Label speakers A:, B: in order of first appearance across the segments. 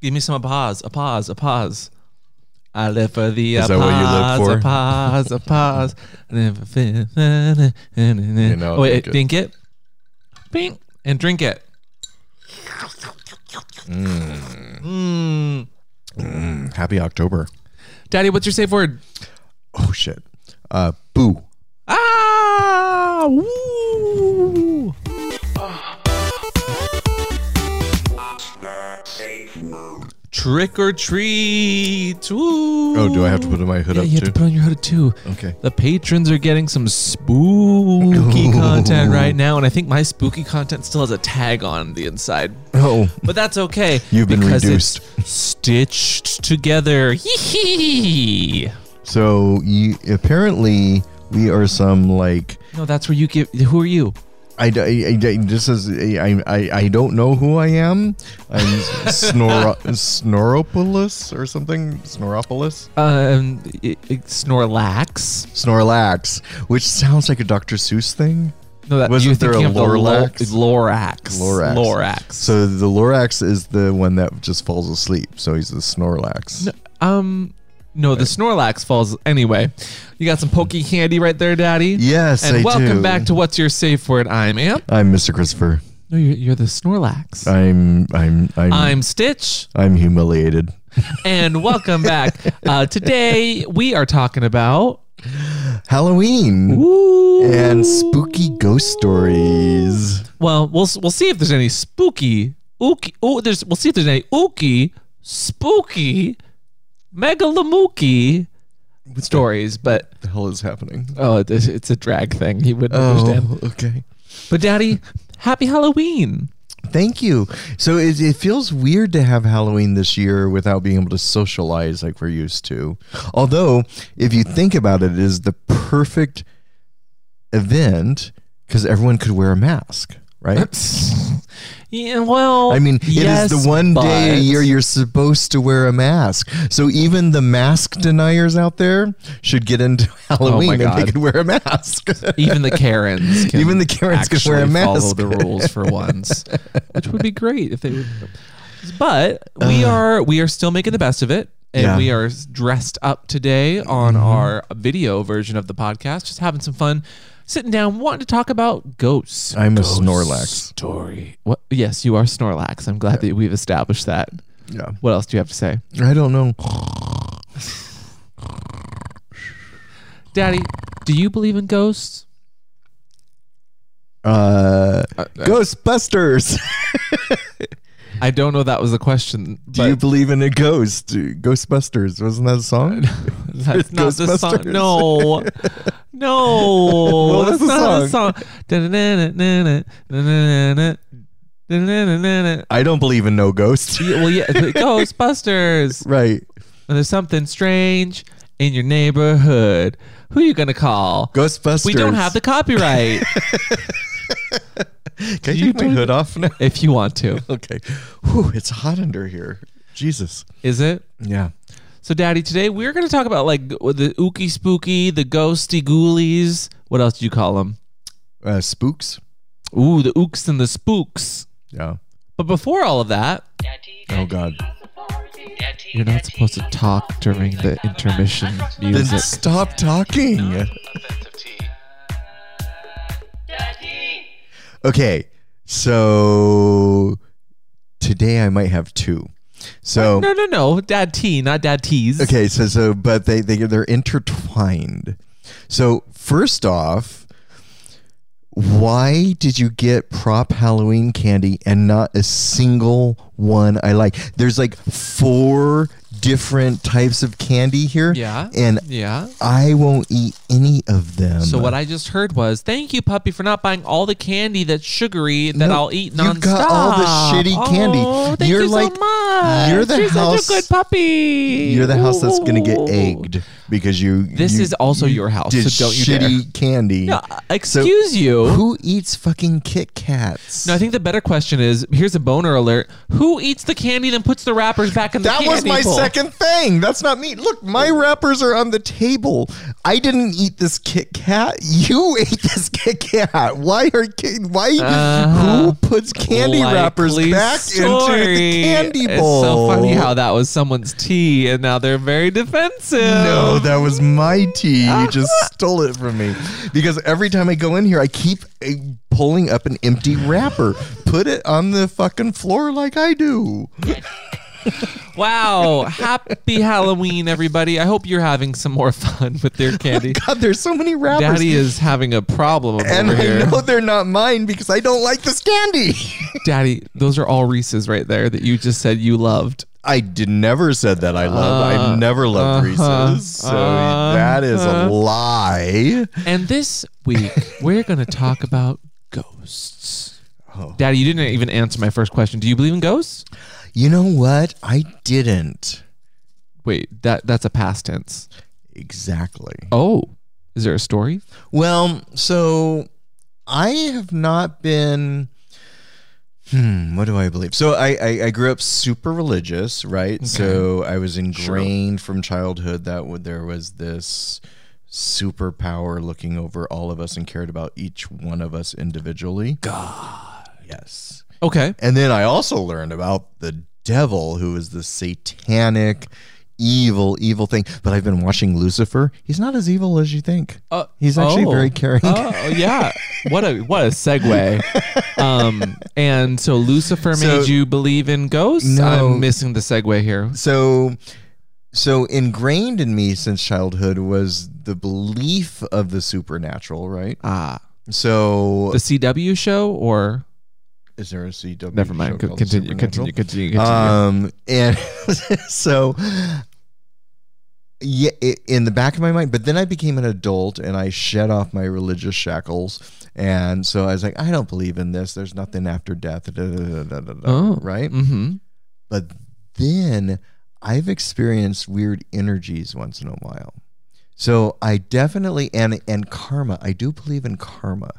A: Give me some applause, applause, applause. I live for the
B: Is that
A: applause,
B: what you live for?
A: applause, applause. I live for fin-
B: You know,
A: oh, wait,
B: drink
A: dink it. Bing, and drink it.
B: Happy October.
A: Daddy, what's your safe word?
B: Oh shit. Uh, boo.
A: Ah! Woo! Trick or treat! Woo!
B: Oh, do I have to put my hood
A: Yeah,
B: up
A: you have
B: too?
A: to
B: Oh.
A: put on your hood too.
B: okay.
A: The patrons are getting some spooky content right now, and I think my spooky content still has a tag on the inside.
B: Oh,
A: But that's okay.
B: You've been
A: because it's stitched together. Hee hee.
B: so you, apparently we are some like
A: No, that's where you give. Who are you?
B: I, d- I- I- this is I, I I don't know who I am. I'm Snor Snoropoulos or something. Snoropoulos.
A: Um, i i Snorlax.
B: Snorlax, which sounds like a Dr. Seuss thing.
A: No, that
B: Wasn't
A: you're
B: there a
A: thinking of the lo-
B: Lorlax?
A: Lorax.
B: Lorax.
A: Lorax.
B: So the Lorax is the one that just falls asleep. So he's the Snorlax.
A: um, no,
B: Uh,
A: the Snorlax falls anyway. You got some pokey candy right there, Daddy.
B: Yes,
A: And
B: I
A: welcome
B: do.
A: back to what's your safe word? I'm Amp.
B: I'm Mr. Christopher.
A: No, you're, you're the Snorlax.
B: Uh, I'm I'm I'm I'm,
A: I'm Stitch,
B: humiliated.
A: and welcome back. Uh, today we are talking about
B: Halloween
A: Ooh.
B: and spooky ghost stories.
A: Well, we'll we'll see if there's any spooky ooky. Oh, there's we'll see if there's any ooky spooky megalamooky stories. But
B: What the hell is happening?
A: oh, it- it's, it's a drag thing. He wouldn't understand.
B: Oh, okay.
A: But Daddy, happy Halloween!
B: Thank you. So it, it feels weird to have Halloween this year without being able to socialize like we're used to. Although, if you think about it, it is the perfect event because everyone could wear a mask, right?
A: yeah, well,
B: I mean, it is
A: yes,
B: the one day a
A: but-
B: year you're supposed to wear a mask. So even the mask deniers out there should get into Halloween if they
A: God.
B: could wear a mask.
A: Even the Karens, can
B: Even the Karens can wear a
A: actually Follow
B: mask.
A: the rules for once, which would be great if they would. But we are we are still making the best of it, and
B: Uh. Yeah. Mm-hmm.
A: we are dressed up today on our video version of the podcast, just having some fun, sitting down, wanting to talk about ghosts.
B: I'm a
A: Ghost
B: Snorlax.
A: story. What? Yes, you are Snorlax. I'm glad that we've established that.
B: Yeah.
A: What else do you have to say,
B: I don't know.
A: Daddy? Do you believe in ghosts?
B: Uh, Ghostbusters.
A: I don't know. That was the question.
B: Do
A: but-
B: you believe in a ghost? Ghostbusters. Wasn't that a song?
A: That's not the song.
B: Ghostbusters.
A: No. No.
B: Well,
A: that's
B: that's the
A: not the song.
B: I don't believe in no ghosts.
A: Yeah, well, yeah, but Ghostbusters.
B: right.
A: When there's something strange in your neighborhood, who you going to call?
B: Ghostbusters.
A: We don't have the copyright
B: Can
A: you
B: you take my
A: do-
B: hood off now?
A: if you want to.
B: okay. Whew, it's hot under here. Jesus.
A: Is it?
B: Yeah.
A: So, Daddy, today we're going to talk about like the ooky spooky, the ghosty ghoulies. What else do you call them?
B: Uh, spooks.
A: Ooh, the ooks and the spooks.
B: Yeah.
A: But before all of that,
B: Oh God.
A: You're not supposed to talk during the intermission
B: Then
A: music.
B: stop talking. Okay. So today I might have two. So
A: No, no, no. Dad T, not Dad T's.
B: Okay, so so but they they they're intertwined. So first off, why did you get prop Halloween candy and not a single one I like? There's like four different types of candy here.
A: Yeah.
B: And
A: Yeah.
B: I won't eat any of them.
A: So what I just heard was, "Thank you, puppy, for not buying all the candy that's sugary that
B: No,
A: I'll eat nonstop."
B: you got all the shitty candy.
A: Oh, thank
B: You're
A: you
B: like-
A: so much.
B: you're the
A: You're
B: house-
A: such a good puppy.
B: you're the house that's gonna get
A: Ooh.
B: egged because you.
A: This
B: you-
A: is also
B: you
A: your house,
B: did
A: so don't you
B: shitty candy.
A: No, uh, excuse you.
B: Who eats fucking Kit Kats?
A: no, I think the better question is: here's a boner alert. Who eats the candy then puts the wrappers back in the
B: That
A: candy
B: was my
A: bowl?
B: second thing. That's not me. Look, my wrappers are on the table. I didn't eat this Kit Kat. You ate this Kit Kat. Why are ki- why
A: Uh-huh.
B: who puts candy wrappers
A: Likely
B: back into the
A: story.
B: candy
A: It's
B: bowl?
A: so funny how that was someone's tea, and now they're very defensive.
B: No, that was my tea. You just stole it from me. Because every time I go in here, I keep eh, pulling up an empty wrapper. Put it on the fucking floor like I do.
A: Wow. Happy Halloween, everybody. I hope you're having some more fun with your candy.
B: God, there's so many wrappers.
A: Daddy is having a problem over
B: and
A: here.
B: I know they're not mine because I don't like this candy.
A: Daddy, those are all Reese's right there that you just said you loved.
B: I did, never said that I love.
A: Uh,
B: I've never loved
A: uh-huh,
B: Reese's. So that is a
A: uh-huh.
B: lie.
A: And this week, we're going to talk about ghosts.
B: Oh.
A: Daddy, you didn't even answer my first question. Do you believe in ghosts?
B: You know what? I didn't.
A: Wait, that that's a past tense.
B: Exactly.
A: Oh, is there a story?
B: Well, so I have not been. Hmm, what do I believe? So I, I, I grew up super religious, right? So I was ingrained from childhood that w- there was this superpower looking over all of us and cared about each one of us individually. God. Yes.
A: Okay.
B: And then I also learned about the devil, who is the satanic, evil, evil thing. But I've been watching Lucifer. He's not as evil as you think.
A: Uh,
B: He's actually
A: oh.
B: very caring.
A: Oh yeah. What a what a segue. Um and so Lucifer made
B: So-
A: you believe in ghosts?
B: No.
A: I'm missing the segue here.
B: So, so ingrained in me since childhood was the belief of the supernatural, right?
A: Ah.
B: So,
A: The CW show or
B: is there a CW?
A: never mind.
B: show
A: Co-
B: called
A: Continue,
B: Supernatural?
A: continue, continue, continue.
B: Um, and so, yeah, i in the back of my mind. But then I became an adult and I shed off my religious shackles, and so I was like, I don't believe in this. There's nothing after death. da, da, da, da, da, da,"
A: Oh.
B: right.
A: mm-hmm.
B: But then I've experienced weird energies once in a while. So I definitely and and karma. I do believe in karma.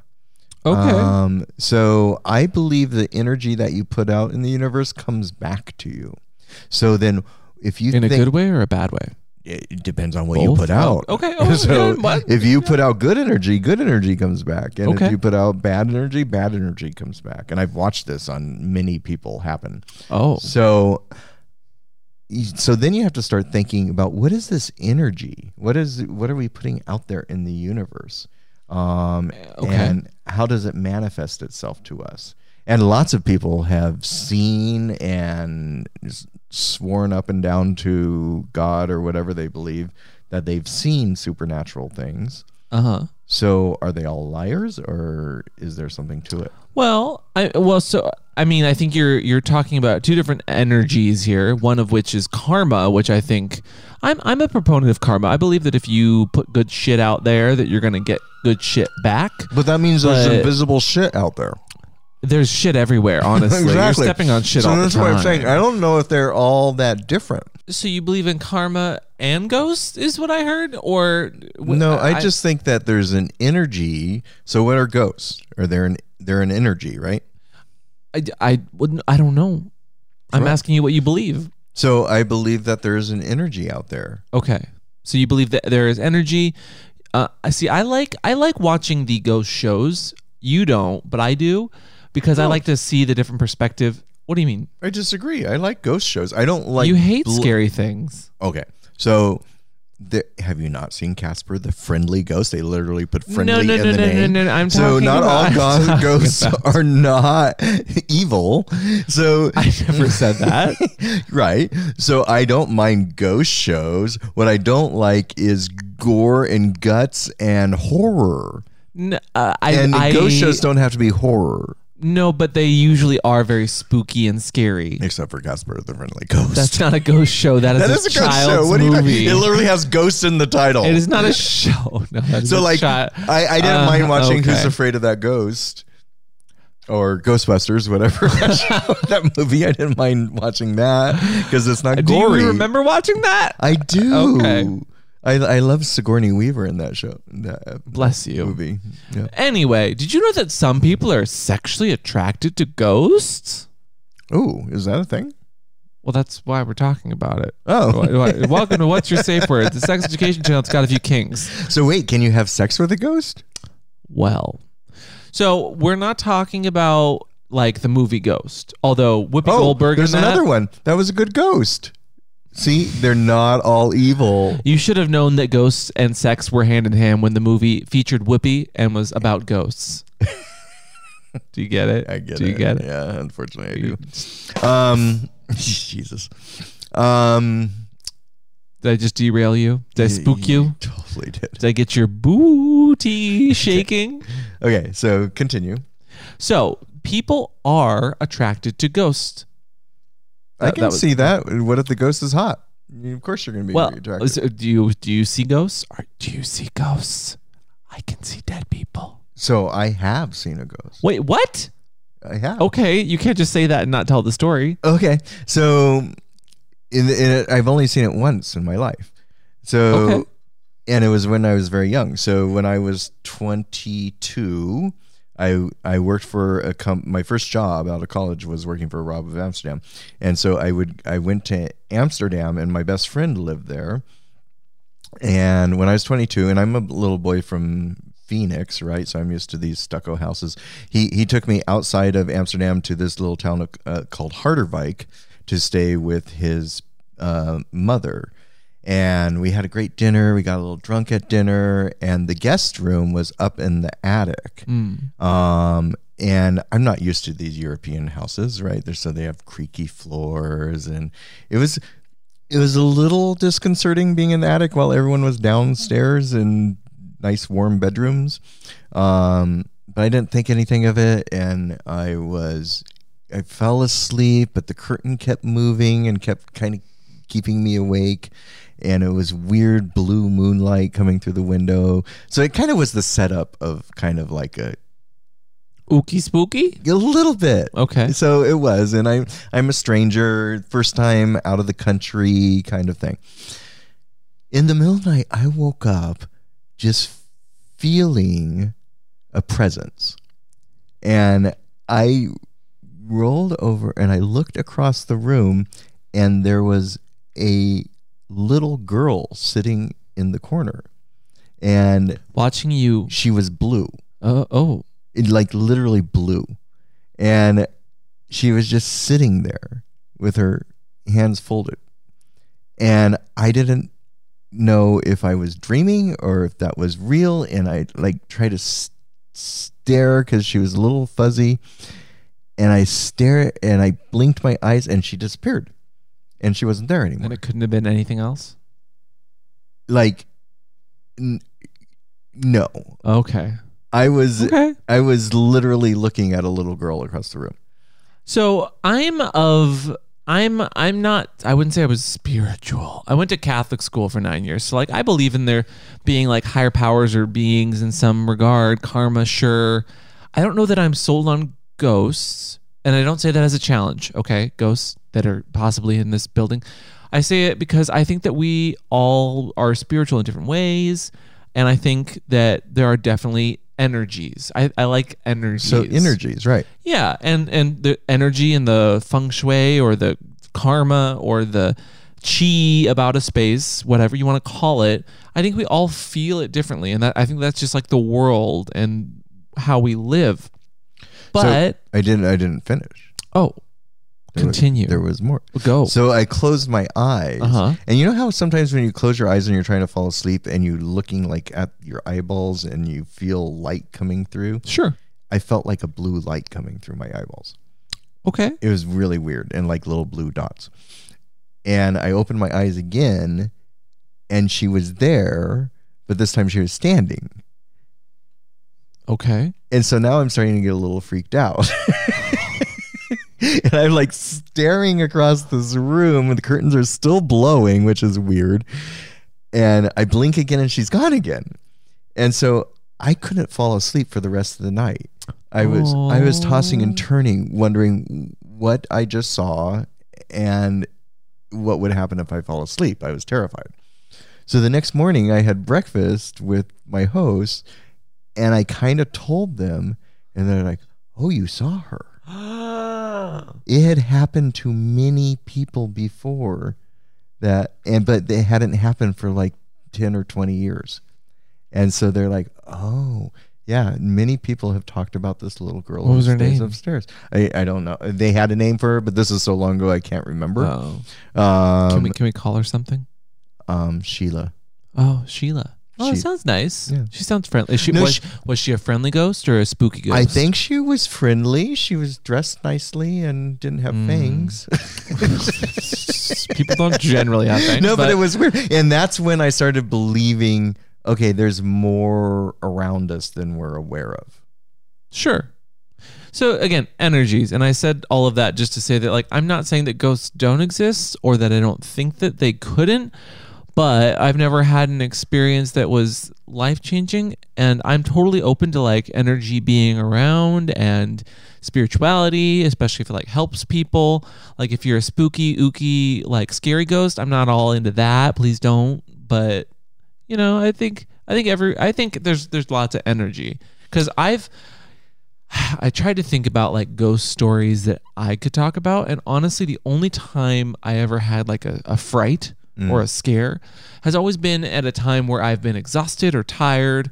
A: Okay.
B: Um, so I believe the energy that you put out in the universe comes back to you. So then, if you
A: in a
B: think,
A: good way or a bad way?
B: it it depends on what you
A: Both?
B: put out.
A: Oh, okay. Oh,
B: so
A: yeah, what?
B: if you put out good energy, good energy comes back, and
A: Okay.
B: if you put out bad energy, bad energy comes back. And I've watched this on many people happen.
A: Oh.
B: So. So then you have to start thinking about what is this energy? What is what are we putting out there in the universe? Um,
A: Okay.
B: and how does it manifest itself to us? And lots of people have seen and s- sworn up and down to God or whatever they believe that they've seen supernatural things.
A: Uh-huh.
B: So are they all liars or is there something to it?
A: Well, I well so I mean I think you're you're talking about two different energies here. One of which is karma, which I think I'm I'm a proponent of karma. I believe that if you put good shit out there, that you're gonna get good shit back.
B: But that means
A: there's But-
B: invisible shit out there.
A: There's shit everywhere. Honestly, you're stepping on shit all the time.
B: I don't know if they're all that different.
A: So you believe in karma and ghosts is what I heard, or w-
B: no, I, just think that there's an energy. So what are ghosts? Are they an they're an energy, right?
A: I, I wouldn't I don't know. I'm asking you what you believe.
B: So I believe that there is an energy out there.
A: Okay. So you believe that there is energy. Uh, I see. I like I like watching the ghost shows. You don't, but I do because I like to see the different perspective. What do you mean?
B: I disagree. I like ghost shows. I don't like
A: you hate
B: bl-
A: scary things.
B: Okay, so the, have you not seen Casper the Friendly Ghost? They literally put friendly
A: no, no,
B: in
A: no,
B: the
A: no,
B: name.
A: no, no, I'm
B: so
A: talking
B: not
A: about- I'm
B: all go-
A: talking
B: ghosts are not evil. So
A: I never said that.
B: right. So I don't mind ghost shows. What I don't like is gore and guts and horror.
A: N- uh, I,
B: And
A: I,
B: ghost shows don't have to be horror,
A: No, but they usually are very spooky and scary.
B: except for Casper the Friendly Ghost.
A: That's not a ghost show. That is
B: That
A: a
B: is a ghost
A: child's
B: show. What do you
A: movie.
B: mean? It literally has ghosts in the title.
A: it is not a show. No, that is a
B: so like
A: chi-
B: I, I didn't
A: Uh,
B: mind watching Who's
A: okay.
B: Afraid of That Ghost or Ghostbusters, whatever that show- that movie. I didn't mind watching that because it's not
A: Do
B: gory.
A: you remember watching that?
B: I do.
A: Okay.
B: I I love Sigourney Weaver in that show. in That uh,
A: Bless you.
B: movie. Yeah.
A: Anyway, did you know that some people are sexually attracted to ghosts?
B: Oh, is that a thing?
A: Well, that's why we're talking about it.
B: Oh.
A: Why- why- Welcome to What's Your Safe Word, the sex education channel. It's got a few kinks.
B: So wait, can you have sex with a ghost?
A: well. So we're not talking about like the movie Ghost, although Whoopi Goldberg.
B: Oh, there's
A: in that,
B: another one. That was a good ghost. See, they're not all evil.
A: You should have known that ghosts and sex were hand in hand when the movie featured Whoopi and was about ghosts. Do you get it?
B: I get
A: Do
B: it.
A: you get it?
B: Yeah, unfortunately I do. Um, Jesus. Um,
A: Did I just derail you? Did I spook you?
B: Totally did.
A: Did I get your booty shaking?
B: Okay, so continue.
A: So people are attracted to ghosts.
B: I
A: That-
B: can
A: that was-
B: see that. What if the ghost is hot? Of course you're going to be
A: Well,
B: attracted.
A: so do you do you see ghosts? Or do you see ghosts? I can see dead people.
B: so I have seen a ghost.
A: Wait, what?
B: I have.
A: Okay, you can't just say that and not tell the story.
B: Okay. So in, the, in it, I've only seen it once in my life. So
A: Okay.
B: and it was when I was very young. So when I was 22, I I worked for a com- my first job out of college was working for Rob of Amsterdam. And so I would I went to Amsterdam and my best friend lived there. And when I was 22 and I'm a little boy from Phoenix, right? So I'm used to these stucco houses. He he took me outside of Amsterdam to this little town of, uh, called Harderwijk to stay with his uh, mother and we had a great dinner. We got a little drunk at dinner, and the guest room was up in the attic. Um, and I'm not used to these European houses, right? They're, so they have creaky floors, and it was it was a little disconcerting being in the attic while everyone was downstairs in nice warm bedrooms. Um, but I didn't think anything of it, and I was I fell asleep, but the curtain kept moving and kept kind of keeping me awake. And it was weird blue moonlight coming through the window. So it kind of was the setup of kind of like a,
A: Ookie spooky?
B: a little bit.
A: Okay.
B: So it was, and I'm I'm a stranger, first time out of the country, kind of thing. In the middle of the night, I woke up just feeling a presence, and I rolled over and I looked across the room, and there was a little girl sitting in the corner, and
A: Watching you.
B: she was blue
A: Uh, oh,
B: it, like literally blue. And she was just sitting there with her hands folded. And I didn't know if I was dreaming or if that was real. And I like try to s- stare because she was a little fuzzy. And I stare and I blinked my eyes and she disappeared. And she wasn't there anymore
A: and it couldn't have been anything else?
B: like n- no
A: Okay.
B: i was
A: Okay.
B: i was literally looking at a little girl across the room
A: So I'm of. I'm I'm not I wouldn't say I was spiritual. I went to Catholic school for 9 years. So like I believe in there being like higher powers or beings in some regard, karma sure. I don't know that I'm sold on ghosts, and I don't say that as a challenge, okay? Ghosts that are possibly in this building. I say it because I think that we all are spiritual in different ways, and I think that there are definitely energies. I, I like energies.
B: so energies right
A: Yeah, and and the energy and the feng shui or the karma or the chi about a space, whatever you want to call it. I think we all feel it differently, and that I think that's just like the world and how we live. But
B: I didn't. I didn't finish.
A: oh,
B: There was-
A: continue.
B: There was more.
A: Go.
B: So I closed my eyes,
A: Oh. Uh-huh.
B: and you know how sometimes when you close your eyes and you're trying to fall asleep, and you're looking like at your eyeballs, and you feel light coming through.
A: sure.
B: I felt like a blue light coming through my eyeballs.
A: Okay.
B: It was really weird, and like little blue dots. And I opened my eyes again, and she was there, but this time she was standing.
A: Okay.
B: And so now I'm starting to get a little freaked out. and I'm like staring across this room, and the curtains are still blowing, which is weird. And I blink again, and she's gone again. And so I couldn't fall asleep for the rest of the night. I was I was tossing
A: Oh.
B: and turning, wondering what I just saw and what would happen if I fall asleep. I was terrified. So the next morning, I had breakfast with my host, and I kind of told them, and they're like, "Oh, you saw her." It had happened to many people before that and but it hadn't happened for like 10 or 20 years. And so they're like, "Oh, yeah, many people have talked about this little girl
A: What was her
B: upstairs-
A: name?
B: upstairs. I, I don't know. They had a name for her, but this is so long ago I can't remember.
A: Oh. Can
B: um,
A: we can we call her something?
B: um Sheila.
A: Oh, Sheila. Oh, that
B: She-
A: sounds nice.
B: Yeah.
A: She sounds friendly. She
B: No,
A: was
B: she-
A: was she a friendly ghost or a spooky ghost?
B: I think she was friendly. She was dressed nicely and didn't have
A: Mm.
B: fangs.
A: people don't generally have things.
B: no, but, it was weird. And that's when I started believing okay, there's more around us than we're aware of.
A: Sure. So again, energies, and I said all of that just to say that like I'm not saying that ghosts don't exist or that I don't think that they couldn't, but I've never had an experience that was life-changing and I'm totally open to like energy being around and spirituality, especially if it like helps people. Like if you're a spooky, ooky, like scary ghost, I'm not all into that. Please don't, but you know, I think I think every I think there's there's lots of energy cuz I've I tried to think about like ghost stories that I could talk about. And honestly, the only time I ever had like a, a fright or a scare has always been at a time where I've been exhausted or tired.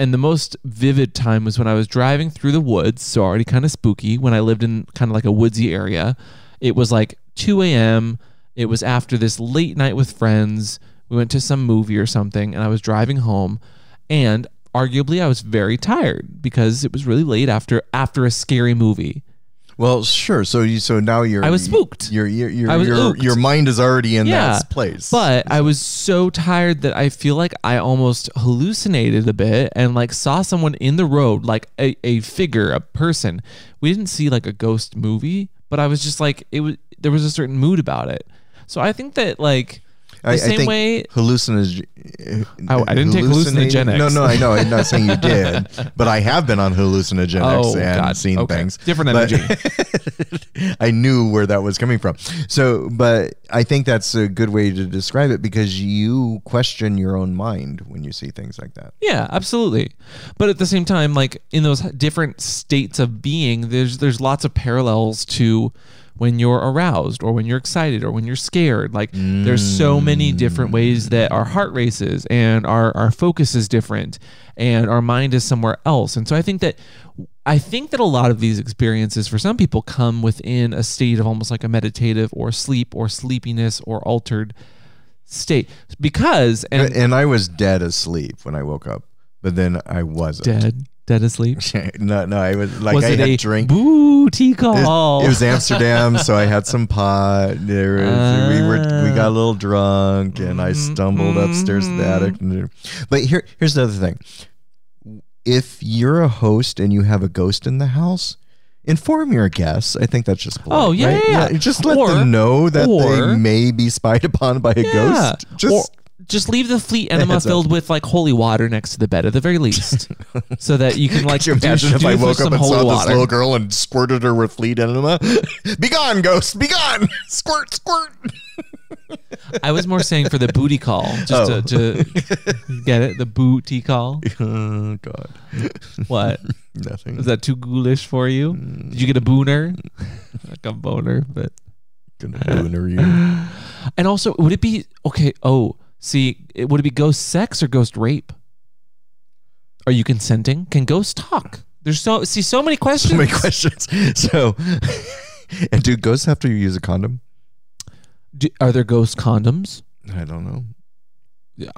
A: And the most vivid time was when I was driving through the woods. So already kind of spooky when I lived in kind of like a woodsy area. It was like 2 a.m. It was after this late night with friends. We went to some movie or something, and I was driving home and arguably I was very tired because it was really late after after a scary movie.
B: Well, sure. So you so now you're
A: I was spooked.
B: Your your your
A: I was
B: your,
A: spooked.
B: your mind is already in
A: Yeah,
B: that place.
A: But I was so tired that I feel like I almost hallucinated a bit and like saw someone in the road, like a, a figure, a person. We didn't see like a ghost movie, but I was just like it was there was a certain mood about it. So I think that like the
B: I, I
A: same
B: think
A: way
B: hallucinogen.
A: Oh, I didn't take
B: hallucinating-
A: hallucinogenics.
B: No, no, I know. I'm not saying you did, but I have been on hallucinogenics
A: Oh,
B: and
A: God.
B: seen
A: Okay.
B: things.
A: Different
B: But- I knew where that was coming from. So, but I think that's a good way to describe it because you question your own mind when you see things like that.
A: Yeah, absolutely. But at the same time, like in those different states of being, there's there's lots of parallels to when you're aroused or when you're excited or when you're scared. Like there's so many different ways that our heart races and our our focus is different and our mind is somewhere else. And so I think that I think that a lot of these experiences for some people come within a state of almost like a meditative or sleep or sleepiness or altered state because and
B: And I was dead asleep when I woke up, but then I wasn't.
A: dead dead asleep
B: no, no, I was like I
A: was it
B: had
A: a
B: drink.
A: boo tea
B: It,
A: call?
B: it was Amsterdam, so I had some pot. There was, we were we got a little drunk, and I
A: Mm-hmm.
B: stumbled upstairs to the attic. But here, here's the other thing: if you're a host and you have a ghost in the house, inform your guests. I think that's just polite,
A: Oh, yeah,
B: right?
A: yeah, yeah.
B: Just let
A: Or-
B: them know that
A: or-
B: they may be spied upon by a
A: yeah.
B: ghost. Just
A: or just leave the fleet enema
B: Heads up.
A: filled with like holy water next to the bed at the very least, so that you can like
B: Could you imagine
A: douche-
B: if I
A: douche with
B: woke up
A: some
B: and
A: holy
B: saw this
A: water.
B: little girl and squirted her with fleet enema? be gone, ghost! Be gone! Squirt, squirt!
A: I was more saying for the booty call, just
B: Oh.
A: to, to get it the booty call.
B: oh God,
A: What
B: nothing.
A: is that too ghoulish for you? Did you get a booner? like a boner, but
B: gonna booner you.
A: and also would it be okay? Oh, see, it, would it be ghost sex or ghost rape? Are you consenting? Can ghosts talk? There's so see so many questions.
B: So many questions. So, and do ghosts have to use a condom?
A: Do, are there ghost condoms?
B: I don't know.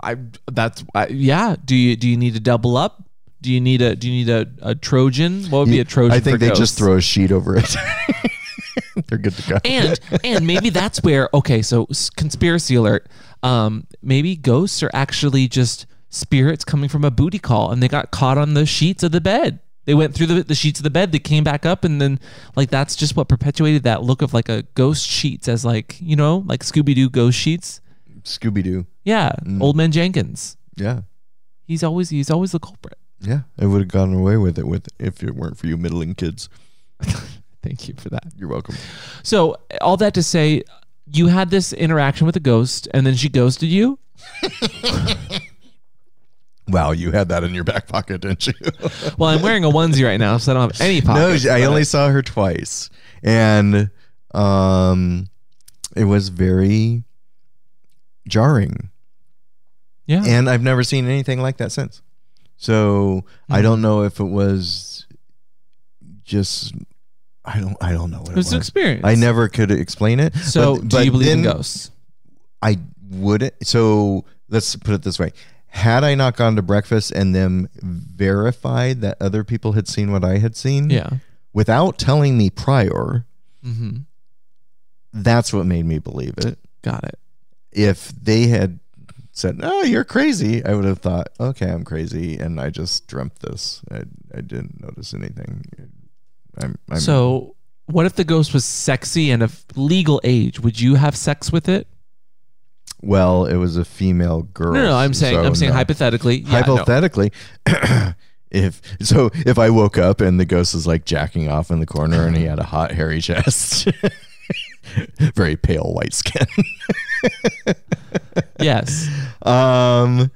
A: I that's I, yeah. Do you do you need to double up? Do you need a do you need a, a Trojan? What would be a Trojan?
B: I think
A: for
B: they
A: ghosts?
B: just throw a sheet over it. They're good to go.
A: And and maybe that's where okay. So s- conspiracy alert. Um, maybe ghosts are actually just spirits coming from a booty call, and they got caught on the sheets of the bed. They went through the, the sheets of the bed. They came back up, and then like that's just what perpetuated that look of like a ghost sheets as like you know like Scooby Doo ghost sheets.
B: Scooby Doo.
A: Yeah, old man Jenkins.
B: Yeah,
A: He's always he's always the culprit.
B: yeah. I would have gotten away with it with if it weren't for you middling kids.
A: Thank you for that.
B: You're welcome.
A: So all that to say, you had this interaction with a ghost, and then she ghosted you.
B: Wow, you had that in your back pocket, didn't you?
A: Well, I'm wearing a onesie right now, so I don't have any
B: no,
A: pockets.
B: I
A: but-
B: only saw her twice, and um, it was very jarring.
A: yeah.
B: and I've never seen anything like that since. So I
A: Hmm.
B: don't know if it was just I don't I don't know what
A: it
B: it
A: was
B: was.
A: an experience.
B: I never could explain it.
A: So,
B: but-
A: do you
B: but
A: believe in
B: then
A: ghosts?
B: I wouldn't. So let's put it this way: had I not gone to breakfast and them verified that other people had seen what I had seen,
A: Yeah.
B: without telling me prior,
A: Mm-hmm.
B: that's what made me believe it.
A: Got it.
B: if they had said, "Oh, you're crazy," I would have thought, "Okay, I'm crazy," and I just dreamt this. I, I didn't notice anything. I'm, I'm
A: so, what if the ghost was sexy and of legal age? Would you have sex with it?
B: well, it was a female girl.
A: No, no, I'm saying,
B: so
A: I'm saying
B: no.
A: hypothetically. Yeah, no.
B: hypothetically. If so, if I woke up and the ghost is like jacking off in the corner and he had a hot hairy chest, very pale white skin,
A: Yes.
B: um,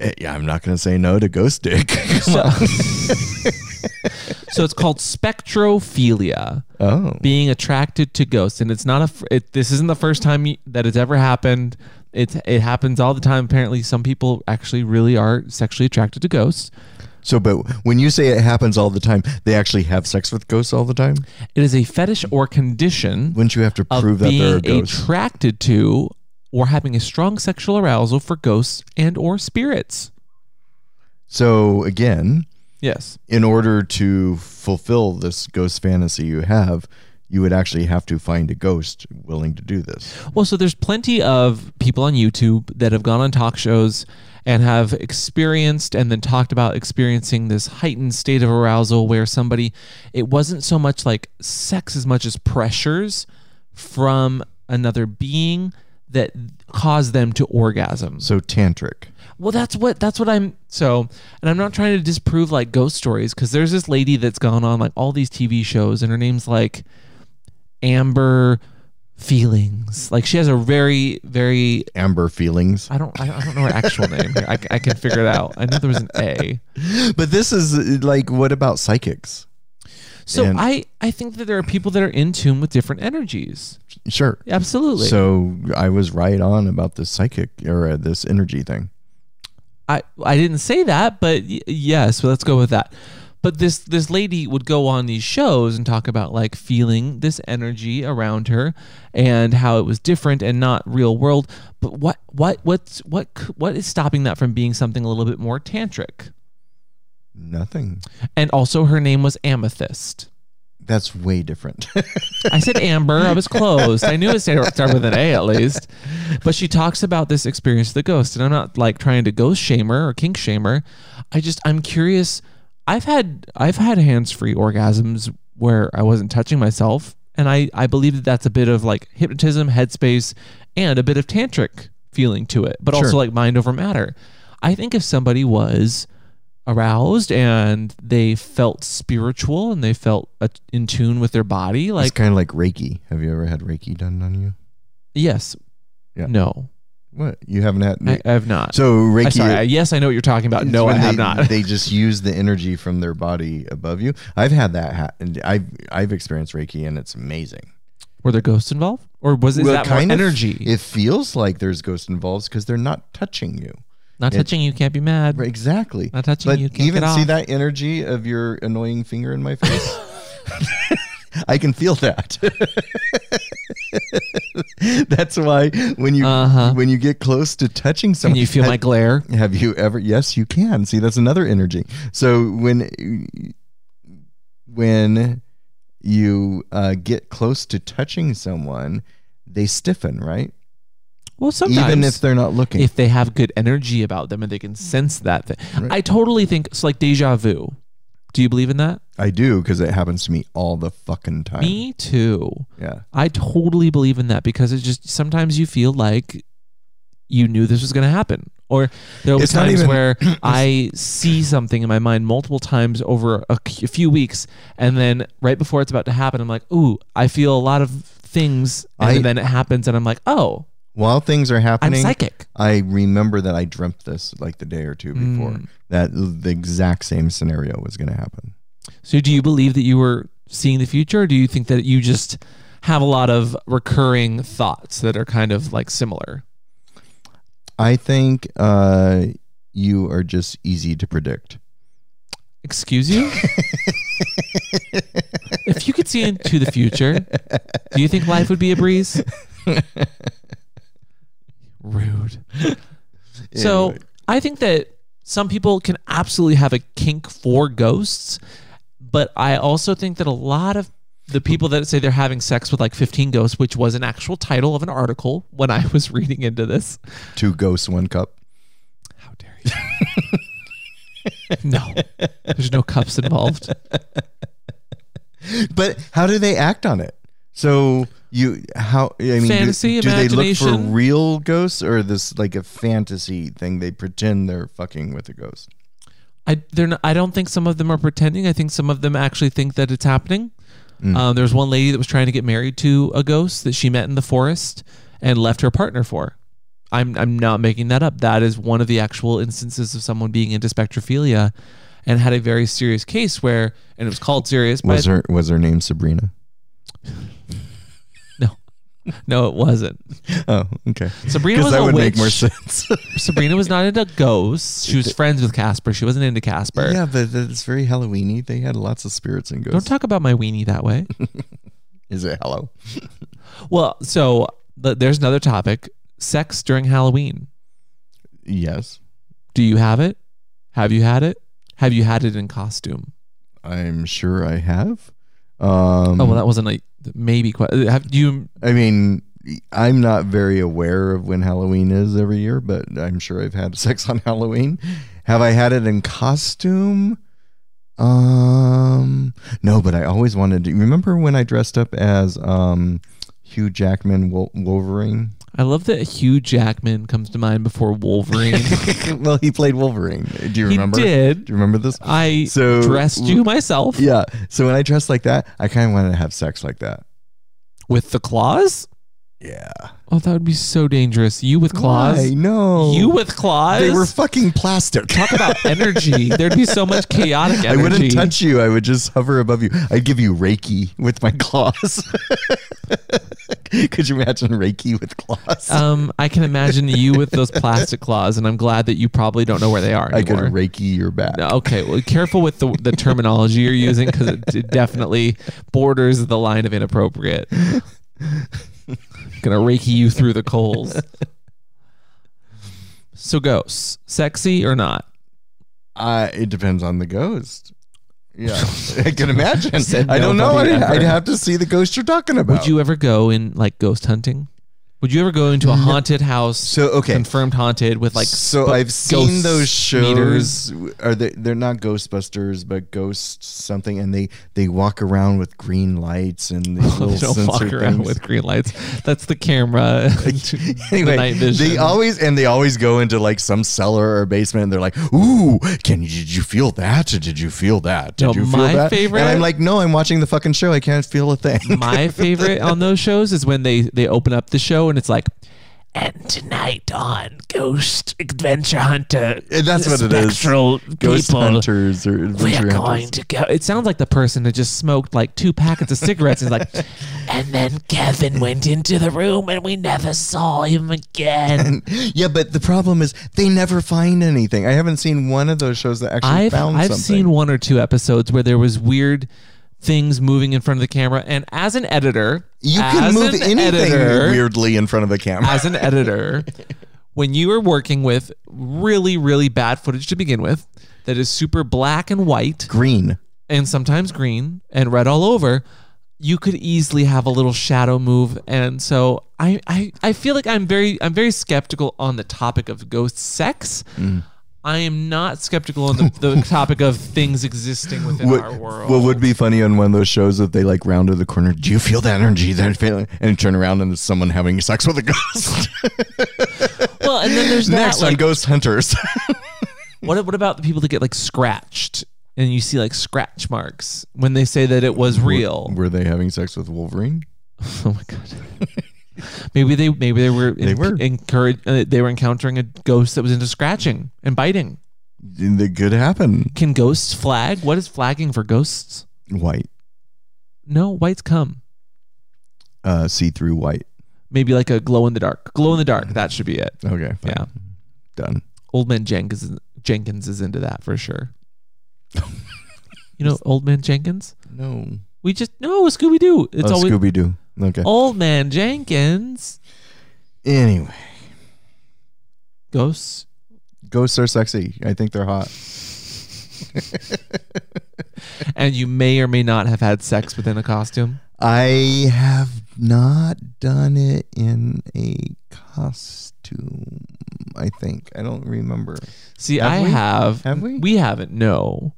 B: eh, yeah, I'm not gonna say no to ghost dick. Come
A: So,
B: on.
A: so it's called spectrophilia,
B: Oh,
A: being attracted to ghosts, and it's not a. f- It, this isn't the first time you, that it's ever happened. It's it happens all the time. Apparently, some people actually really are sexually attracted to ghosts.
B: So, but when you say it happens all the time, they actually have sex with ghosts all the time.
A: It is a fetish or condition
B: Wouldn't you have to
A: of
B: prove that there are
A: being
B: ghosts?
A: attracted to or having a strong sexual arousal for ghosts and or spirits.
B: so again,
A: Yes.
B: in order to fulfill this ghost fantasy you have, you would actually have to find a ghost willing to do this.
A: Well, so there's plenty of people on YouTube that have gone on talk shows and have experienced and then talked about experiencing this heightened state of arousal where somebody, it wasn't so much like sex as much as pressures from another being that caused them to orgasm.
B: So tantric.
A: Well, that's what that's what I'm so, and I'm not trying to disprove like ghost stories because there's this lady that's gone on like all these TV shows, and her name's like Amber Feelings. Like she has a very very
B: Amber feelings,
A: I don't I, I don't know her actual name. Here. I I can figure it out. I know there was an A.
B: but this is like, what about psychics?
A: So
B: And-
A: I I think that there are people that are in tune with different energies.
B: Sure.
A: Absolutely.
B: So I was right on about this psychic or uh, this energy thing.
A: I I didn't say that, but y- yes, well, let's go with that. But this this lady would go on these shows and talk about like feeling this energy around her and how it was different and not real world. But what what what's what c- what is stopping that from being something a little bit more tantric?
B: Nothing.
A: And also, her name was Amethyst.
B: That's way different.
A: I said Amber. I was close. I knew it started started with an A at least. But she talks about this experience of the ghost, and I'm not like trying to ghost shame her or kink shame her. I just I'm curious. I've had I've had hands free orgasms where I wasn't touching myself, and I I believe that that's a bit of like hypnotism, headspace, and a bit of tantric feeling to it, but also
B: Sure.
A: like mind over matter. I think if somebody was aroused and they felt spiritual and they felt uh, in tune with their body like
B: it's kind of like Reiki. Have you ever had Reiki done on you?
A: Yes.
B: Yeah.
A: No,
B: What you haven't had?
A: I, I have not.
B: so Reiki.
A: I, sorry. I- yes, I know what you're talking about.
B: is
A: No, I
B: when
A: have
B: they,
A: not.
B: they just use the energy from their body above you. I've had that. Ha- and I've I've experienced Reiki, and it's amazing.
A: Were there ghosts involved, or was is
B: Well,
A: that more
B: kind of.
A: energy?
B: It feels like there's ghost involved because they're not touching you.
A: not touching you can't be mad.
B: Right, exactly.
A: Not touching
B: but
A: you can't
B: even
A: get
B: see
A: off.
B: that energy of your annoying finger in my face. I can feel that. That's why when you
A: Uh-huh.
B: when you get close to touching
A: Can
B: someone,
A: you feel
B: have-
A: my glare?
B: Have you ever? Yes, you can. See, that's another energy. So when when you uh, get close to touching someone, they stiffen, right?
A: Well, sometimes
B: Even if they're not looking.
A: if they have good energy about them and they can sense that thing,
B: Right.
A: I totally think it's like deja vu. Do you believe in that?
B: I do because it happens to me all the fucking time.
A: Me too.
B: Yeah.
A: I totally believe in that because it's just sometimes you feel like you knew this was going to happen. Or there will be
B: It's not
A: times
B: even-
A: where I see something in my mind multiple times over a, c- a few weeks, and then right before it's about to happen, I'm like, "Ooh, I feel a lot of things," and
B: I-
A: then it happens, and I'm like, "Oh,
B: while things are
A: I'm
B: happening,
A: psychic.
B: I remember that I dreamt this like the day or two before
A: Mm.
B: that the exact same scenario was going to happen.
A: So, do you believe that you were seeing the future, or do you think that you just have a lot of recurring thoughts that are kind of like similar?
B: I think uh, you are just easy to predict.
A: Excuse you? if you could see into the future, do you think life would be a breeze? Rude. So
B: Anyway.
A: I think that some people can absolutely have a kink for ghosts, but I also think that a lot of the people that say they're having sex with like 15 ghosts, which was an actual title of an article when I was reading into this.
B: two ghosts, one cup.
A: How dare you? no, there's no cups involved.
B: But how do they act on it? So you how I mean do-
A: Fantasy,
B: do, they look for
A: imagination.
B: real ghosts or this like a fantasy thing they pretend they're fucking with a ghost?
A: I they're not, I don't think some of them are pretending. I think some of them actually think that it's happening.
B: Mm.
A: Um, there's one lady that was trying to get married to a ghost that she met in the forest and left her partner for. I'm I'm not making that up. That is one of the actual instances of someone being into spectrophilia and had a very serious case where and it was called serious but
B: Was her was her name Sabrina?
A: no it wasn't.
B: Oh, okay.
A: Sabrina was
B: Because that
A: a
B: would
A: witch.
B: make more sense.
A: Sabrina was not into ghosts. She was friends with Casper. She wasn't into Casper.
B: yeah, but it's very Halloweeny. They had lots of spirits and
A: Don't
B: ghosts.
A: talk about my weenie that way.
B: Is it hello?
A: Well, so but there's another topic: sex during Halloween.
B: Yes,
A: Do you have it? Have you had it? Have you had it in costume?
B: I'm sure I have. Um,
A: Oh well, that wasn't a maybe. que- Have do you?
B: I mean, I'm not very aware of when Halloween is every year, but I'm sure I've had sex on Halloween. Have I had it in costume? Um, no, but I always wanted to. Remember when I dressed up as um, Hugh Jackman Wol- Wolverine?
A: I love that Hugh Jackman comes to mind before Wolverine.
B: well, he played Wolverine. Do you
A: he
B: remember?
A: did.
B: Do you remember this?
A: I
B: So-
A: dressed you myself
B: Yeah. So when I dressed like that, I kind of wanted to have sex like that.
A: with the claws.
B: Yeah.
A: Oh, that would be so dangerous. You with
B: I
A: claws.
B: know.
A: You with claws.
B: They were fucking plastic.
A: Talk about energy. There'd be so much chaotic energy.
B: I wouldn't touch you. I would just hover above you. I'd give you Reiki with my claws. Could you imagine Reiki with claws?
A: Um, I can imagine you with those plastic claws, and I'm glad that you probably don't know where they are
B: I could
A: anymore.
B: Reiki your back.
A: No, Okay, well, careful with the, the terminology you're using because it, d definitely borders the line of inappropriate. Gonna reiki you through the coals. So ghosts, sexy or not?
B: Uh, it depends on the ghost. Yeah, I can imagine.
A: Said
B: I don't know.
A: nobody
B: I'd,
A: ever.
B: I'd have to see the ghost you're talking about.
A: Would you ever go in like ghost hunting? Would you ever go into a haunted house?
B: So, okay.
A: confirmed haunted with like
B: so
A: sp-
B: I've seen
A: ghost
B: those
A: meters?
B: shows. Are they? They're not Ghostbusters, but Ghost something, and they they walk around with green lights and these little
A: They don't
B: sensor
A: walk around
B: things.
A: with green lights. That's the camera.
B: anyway,
A: the night vision.
B: they always and they always go into like some cellar or basement and they're like, "Ooh, can you did you feel that? Did you feel that? Did
A: No,
B: you feel
A: my
B: that?"
A: favorite-
B: and I'm like, "No, I'm watching the fucking show. I can't feel a thing."
A: my favorite on those shows is when they they open up the show and it's like and tonight on ghost adventure hunter
B: And Eh, that's what it is.
A: spectral
B: Ghost
A: people
B: hunters or adventure
A: we're going
B: hunters.
A: to go it sounds like the person that just smoked like two packets of cigarettes and is like and then kevin went into the room and we never saw him again
B: Yeah, but the problem is they never find anything. I haven't seen one of those shows that actually
A: I've,
B: found
A: I've
B: something.
A: seen one or two episodes where there was weird things moving in front of the camera and as an editor
B: you
A: as
B: can move
A: an
B: anything
A: editor,
B: weirdly in front of a camera.
A: as an editor, when you are working with really, really bad footage to begin with, that is super black and white
B: Green.
A: and sometimes green and red all over, you could easily have a little shadow move. And so I, I, I feel like I'm very I'm very skeptical on the topic of ghost sex.
B: Mm.
A: I am not skeptical on the, the topic of things existing within our
B: What,
A: world.
B: what would be funny on one of those shows if they like rounded the corner? Do you feel the energy that feeling? And turn around and it's someone having sex with a ghost.
A: well, and then there's
B: Next
A: that, like,
B: on Ghost Hunters.
A: What what about the people that get like scratched and you see like scratch marks when they say that it was real?
B: Were they having sex with Wolverine?
A: Oh my god. Maybe they maybe they were
B: They were.
A: encouraged. Uh, they were encountering a ghost that was into scratching and biting.
B: That could happen.
A: Can ghosts flag? What is flagging for ghosts?
B: White,
A: No, whites come.
B: uh, see through white.
A: Maybe like a glow in the dark. Glow in the dark. That should be it.
B: Okay, fine.
A: Yeah.
B: done.
A: Old man Jenkins Jenkins is into that for sure. you know, old man Jenkins.
B: No,
A: We just no Scooby Doo. It's
B: oh,
A: always Oh.
B: Scooby Doo. Oh, Okay.
A: old man Jenkins.
B: Anyway,
A: Ghosts
B: ghosts are sexy. I think they're hot.
A: and you may or may not have had sex within a costume.
B: I have not done it in a costume. I think I don't remember.
A: See,
B: Have
A: I
B: we?
A: have.
B: Have we?
A: We haven't. No,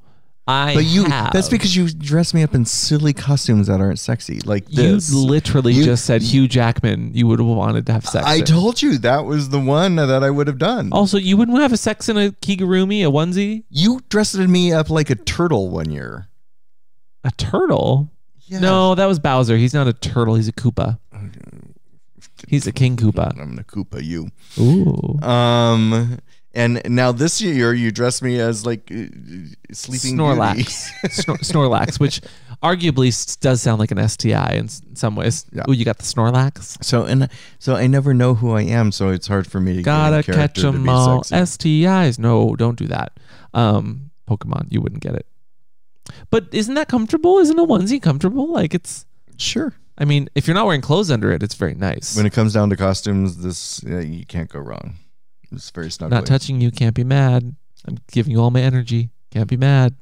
A: I.
B: But you
A: Have.
B: that's because you dress me up in silly costumes that aren't sexy like
A: you
B: this.
A: literally
B: You-
A: just said Hugh Jackman. You would have wanted to have sex.
B: I
A: in.
B: told you that was the one that I would have done.
A: Also, you wouldn't have a sex in a kigurumi, a onesie,
B: You dressed me up like a turtle one year.
A: a turtle.
B: Yeah.
A: No, that was Bowser. He's not a turtle. He's a Koopa. He's a King Koopa.
B: I'm gonna Koopa you.
A: Ooh.
B: Um, and now this year you dressed me as like uh, sleeping Beauty.
A: Snorlax, Snor- Snorlax, which arguably s- does sound like an STI in s- some ways.
B: Yeah.
A: Ooh, you got the Snorlax.
B: So and so I never know who I am, so it's hard for me to
A: Gotta
B: get a character
A: catch 'em
B: to be
A: all.
B: sexy.
A: STIs. No, don't do that. Um, Pokemon, you wouldn't get it. But isn't that comfortable? Isn't a onesie comfortable? Like it's.
B: Sure.
A: I mean, if you're not wearing clothes under it, it's very nice.
B: When it comes down to costumes, this uh, you can't go wrong. It's very snuggly.
A: not touching you can't be mad. I'm giving you all my energy. Can't be mad.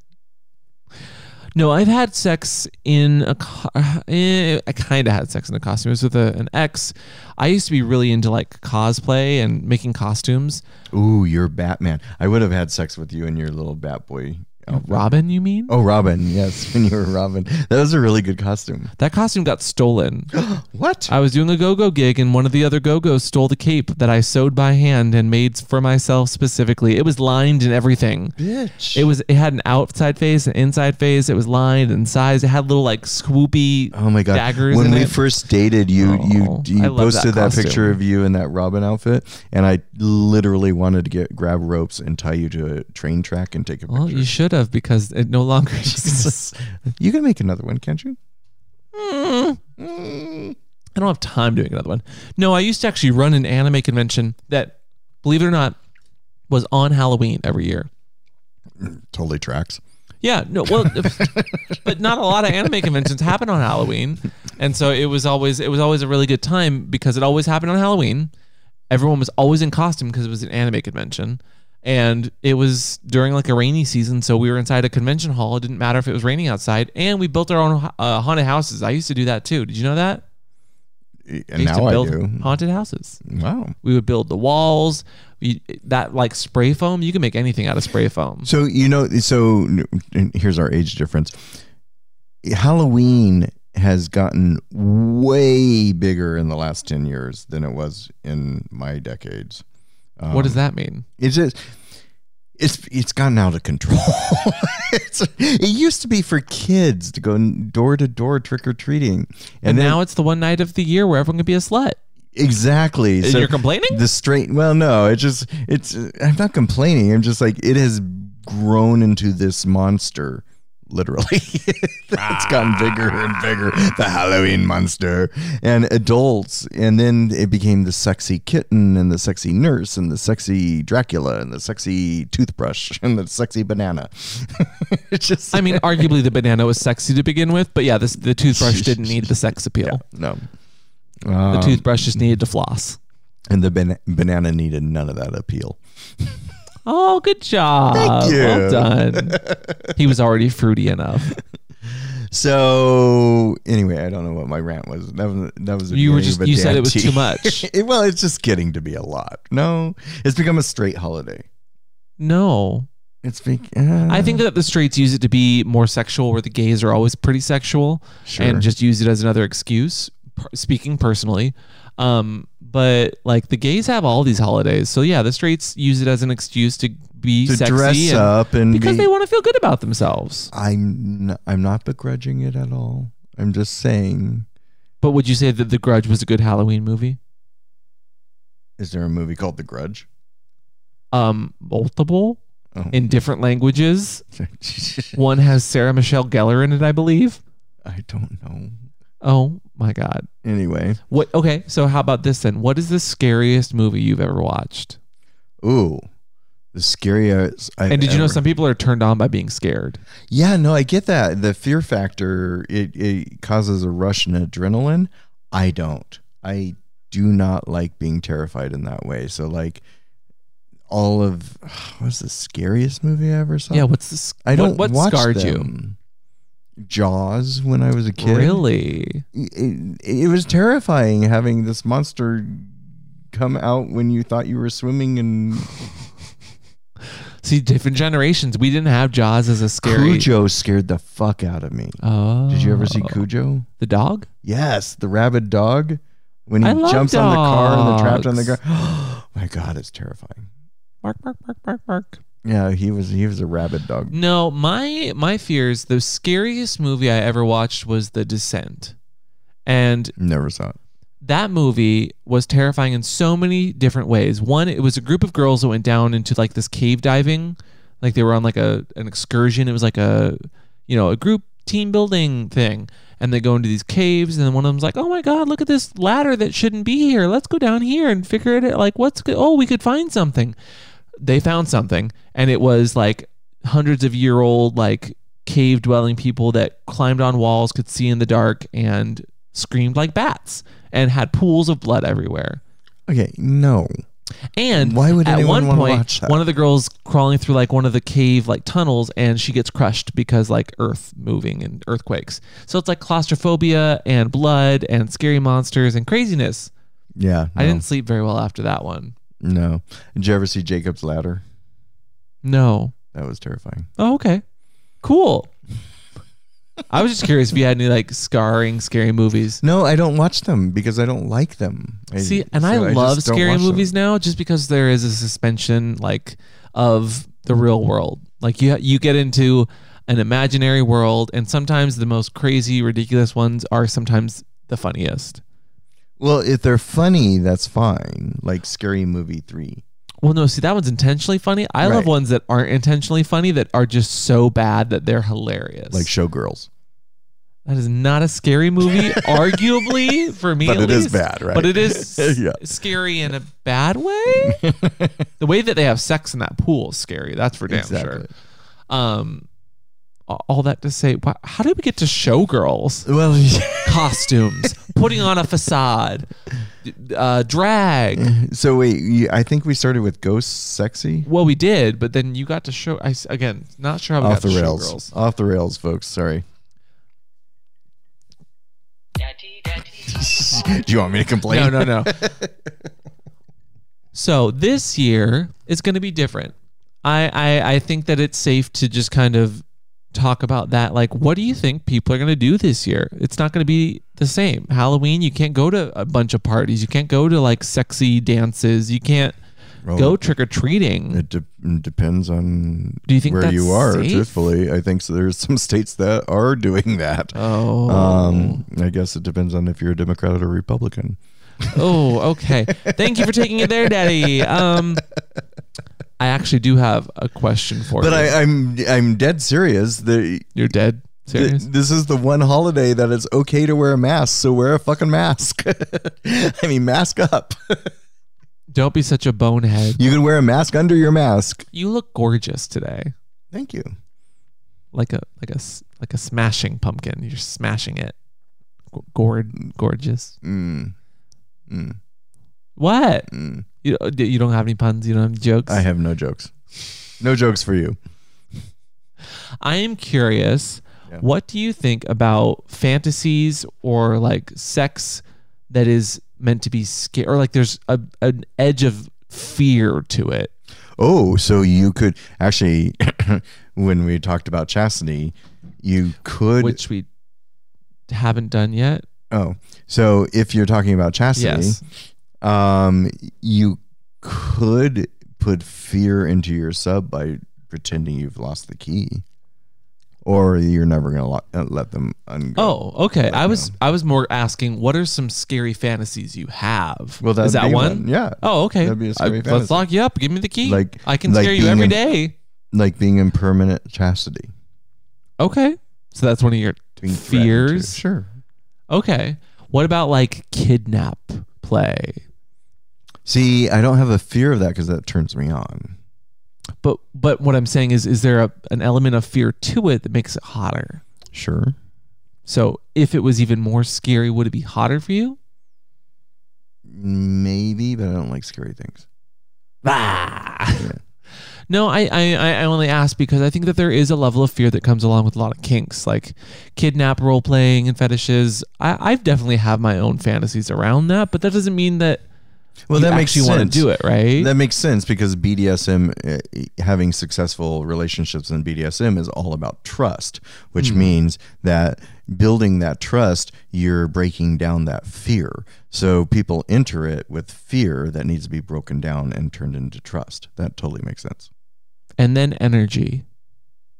A: No, I've had sex in a. co- eh, I kind of had sex in a costume. It was with a, an ex. I used to be really into like cosplay and making costumes.
B: Ooh, you're Batman. I would have had sex with you in your little Bat Boy. outfit.
A: Robin, you mean?
B: Oh, Robin. Yes, when you were Robin. That was a really good costume. Uh,
A: That costume got stolen.
B: What?
A: I was doing a go go gig and one of the other go go's stole the cape that I sewed by hand and made for myself specifically. It was lined and everything.
B: Bitch.
A: It was it had an outside face, an inside face. It was lined and sized. It had little like swoopy.
B: Oh my god!
A: daggers
B: when
A: in
B: we
A: it.
B: first dated, you
A: Oh,
B: you
A: I
B: you
A: love that
B: posted that,
A: costume.
B: picture of you in that Robin outfit, and I literally wanted to get grab ropes and tie you to a train track and take a
A: Well,
B: picture.
A: Oh, you should have because it no longer exists.
B: you can make another one, can't you?
A: I don't have time doing another one. No, I used to actually run an anime convention that, believe it or not, was on Halloween every year.
B: Totally tracks.
A: Yeah, no, well, but not a lot of anime conventions happen on Halloween, and so it was always it was always a really good time because it always happened on Halloween. Everyone was always in costume because it was an anime convention, and it was during like a rainy season, so we were inside a convention hall. It didn't matter if it was raining outside, and we built our own uh, haunted houses. I used to do that too. Did you know that? I
B: E, And
A: used
B: now
A: to
B: I
A: build
B: do.
A: haunted houses.
B: Wow.
A: We would build the walls. We, that like spray foam, you can make anything out of spray foam.
B: So you know, so and here's our age difference. Halloween has gotten way bigger in the last ten years than it was in my decades. Um,
A: what does that mean?
B: It's just it's it's gotten out of control. it's, it used to be for kids to go door to door trick or treating,
A: And,
B: and, then,
A: now it's the one night of the year where everyone can be a slut.
B: exactly.
A: And
B: So
A: you're complaining?
B: the straight. Well, no, it's just it's. I'm not complaining. I'm just like it has grown into this monster. Literally, it's gotten bigger and bigger. The Halloween monster and adults, and then it became the sexy kitten and the sexy nurse and the sexy Dracula and the sexy toothbrush and the sexy banana. it's just
A: I mean, arguably the banana was sexy to begin with, but yeah, this, the toothbrush didn't need the sex appeal.
B: no.
A: The
B: Um,
A: toothbrush just needed to floss.
B: and the ban- banana needed none of that appeal.
A: Oh, good job.
B: Thank you.
A: Well done. he was already fruity enough.
B: So anyway, I don't know what my rant was. That was that was. the
A: You were
B: beginning
A: just
B: of a
A: you said it was
B: dandy.
A: too much.
B: It- well, it's just getting to be a lot. No, it's become a straight holiday.
A: No.
B: It's be, uh,
A: I think that the straights use it to be more sexual where the gays are always pretty sexual.
B: sure.
A: and just use it as another excuse. per- Speaking personally, um, but like the gays have all these holidays, so yeah, the straights use it as an excuse to be
B: to
A: sexy
B: dress
A: and-
B: up and
A: because
B: be,
A: they want to feel good about themselves.
B: I'm n- I'm not begrudging it at all. I'm just saying
A: But would you say that The Grudge was a good Halloween movie?
B: Is there a movie called The Grudge?
A: Um, multiple
B: Oh.
A: in different languages. One has Sarah Michelle Gellar in it, I believe.
B: I don't know.
A: Oh my god.
B: Anyway,
A: What okay, so how about this then? What is the scariest movie you've ever watched?
B: ooh, the scariest. I've
A: and did you know
B: ever-
A: some people are turned on by being scared?
B: Yeah, no, I get that. The fear factor it it causes a rush in adrenaline. I don't. I do not like being terrified in that way. So like all of what's the scariest movie I ever saw?
A: Yeah, what's this
B: I don't
A: what, what
B: watch
A: scarred you?
B: them. Jaws when I was a kid.
A: Really?
B: It, it was terrifying having this monster come out when you thought you were swimming and
A: See, different generations. We didn't have Jaws as a scary.
B: Cujo scared the fuck out of me.
A: Oh.
B: Did you ever see Cujo?
A: the dog?
B: Yes, the rabid dog. When he
A: I love
B: jumps on the car and the trapped on the
A: dogs.
B: car. Oh my god, it's terrifying.
A: Mark, mark, mark, mark, mark.
B: Yeah, he was he was a rabid dog.
A: No, my my fears. The scariest movie I ever watched was The Descent, and
B: Never saw it.
A: that movie was terrifying in so many different ways. One, it was a group of girls that went down into like this cave diving, like they were on like a an excursion. It was like a you know a group team building thing, and they go into these caves, and then one of them's like, "Oh my god, look at this ladder that shouldn't be here. Let's go down here and figure it out. Like, what's go- oh we could find something." They found something, and it was like hundreds of year old like cave dwelling people that climbed on walls, could see in the dark, and screamed like bats and had pools of blood everywhere.
B: Okay, no.
A: And
B: Why would
A: at
B: anyone
A: one
B: wanna
A: point,
B: watch that?
A: one of the girls crawling through like one of the cave like tunnels, and she gets crushed because like earth moving and earthquakes. So it's like claustrophobia and blood and scary monsters and craziness.
B: Yeah. No.
A: I didn't sleep very well after that one.
B: no. Did you ever see Jacob's Ladder?
A: No.
B: That was terrifying.
A: Oh, okay. Cool. I was just curious if you had any like scarring scary movies.
B: No, I don't watch them because I don't like them. I-
A: See, and I
B: so just
A: love
B: don't
A: scary
B: watch them.
A: movies now just because there is a suspension like of the real world. Like you you get into an imaginary world and sometimes the most crazy ridiculous ones are sometimes the funniest.
B: Well, if they're funny, that's fine. Like Scary Movie 3.
A: Well, no, see that one's intentionally funny. I love
B: Right.
A: ones that aren't intentionally funny that are just so bad that they're hilarious.
B: Like Showgirls.
A: that is not a scary movie arguably for me
B: But
A: at
B: it is
A: least.
B: bad, right?
A: But it is
B: Yeah.
A: scary in a bad way. the way that they have sex in that pool is scary. That's for damn sure. Um, a- all that to say, why, how did we get to showgirls?
B: Well,
A: Costumes, putting on a facade, d- uh, drag.
B: so wait, you, I think we started with Ghost Sexy.
A: Well, we did, but then you got to show. I s- again, not sure how we
B: Off
A: got
B: the
A: to
B: rails.
A: showgirls.
B: Off the rails, folks. Sorry.
C: Daddy, daddy.
B: Do you want me to complain?
A: No, no, no. so this year is going to be different. I, I I think that it's safe to just kind of talk about that. Like, what do you think people are going to do this year? It's not going to be the same. Halloween, you can't go to a bunch of parties. You can't go to like sexy dances. You can't
B: Well,
A: go trick or treating.
B: Oh. It de- depends on
A: Do you think
B: where
A: that's
B: you are.
A: safe?
B: Truthfully, I think so. There's some states that are doing that.
A: Oh,
B: Um, I guess it depends on if you're a Democrat or Republican.
A: oh, okay. Thank you for taking it there, Daddy. Um, I actually do have a question for
B: But
A: you.
B: I, I'm I'm dead serious. The
A: You're dead.
B: Th-
A: Serious.
B: This is the one holiday that it's okay to wear a mask, so wear a fucking mask. I mean, mask up.
A: Don't be such a bonehead.
B: You can wear a mask under your mask.
A: You look gorgeous today,
B: Thank you.
A: like a like a s- like a smashing pumpkin. You're smashing it. G- Gord, gorgeous.
B: Mm. Mm.
A: What?
B: Mm.
A: You uh, d- you don't have any puns. You don't have any jokes.
B: I have no jokes. No jokes for you.
A: I am curious.
B: Yeah.
A: What do you think about fantasies or like sex that is meant to be scary, or like there's a an edge of fear to it?
B: Oh, so you could actually, when we talked about chastity, you could.
A: which we haven't done yet.
B: oh, so if you're talking about chastity,
A: Yes.
B: um, you could put fear into your sub by pretending you've lost the key. or you're never gonna lo- uh, let them ungo.
A: Oh, okay. I was I was more asking what are some scary fantasies you have?
B: Well, that'd
A: is that
B: be
A: one?
B: one, yeah.
A: Oh, okay.
B: That'd be a scary
A: I- Let's
B: fantasy.
A: lock you up. Give me the key.
B: Like-
A: I can
B: like
A: scare you
B: being
A: every
B: in-
A: day.
B: like being in permanent chastity.
A: Okay. So that's one of your
B: Being threatened
A: fears.
B: to- Sure.
A: Okay. What about like kidnap play?
B: See, I don't have a fear of that because that turns me on.
A: But but what I'm saying is is there a, an element of fear to it that makes it hotter?
B: Sure.
A: So if it was even more scary, would it be hotter for you?
B: Maybe, but I don't like scary things.
A: Ah. No, I, I, I only ask because I think that there is a level of fear that comes along with a lot of kinks, like kidnap role playing and fetishes. I, I've definitely have my own fantasies around that, but that doesn't mean that
B: Well, that makes
A: you
B: sense.
A: want to do it, right?
B: That makes sense because BDSM, uh, having successful relationships in BDSM is all about trust, which means that building that trust, you're breaking down that fear. So people enter it with fear that needs to be broken down and turned into trust. That totally makes sense.
A: and then energy.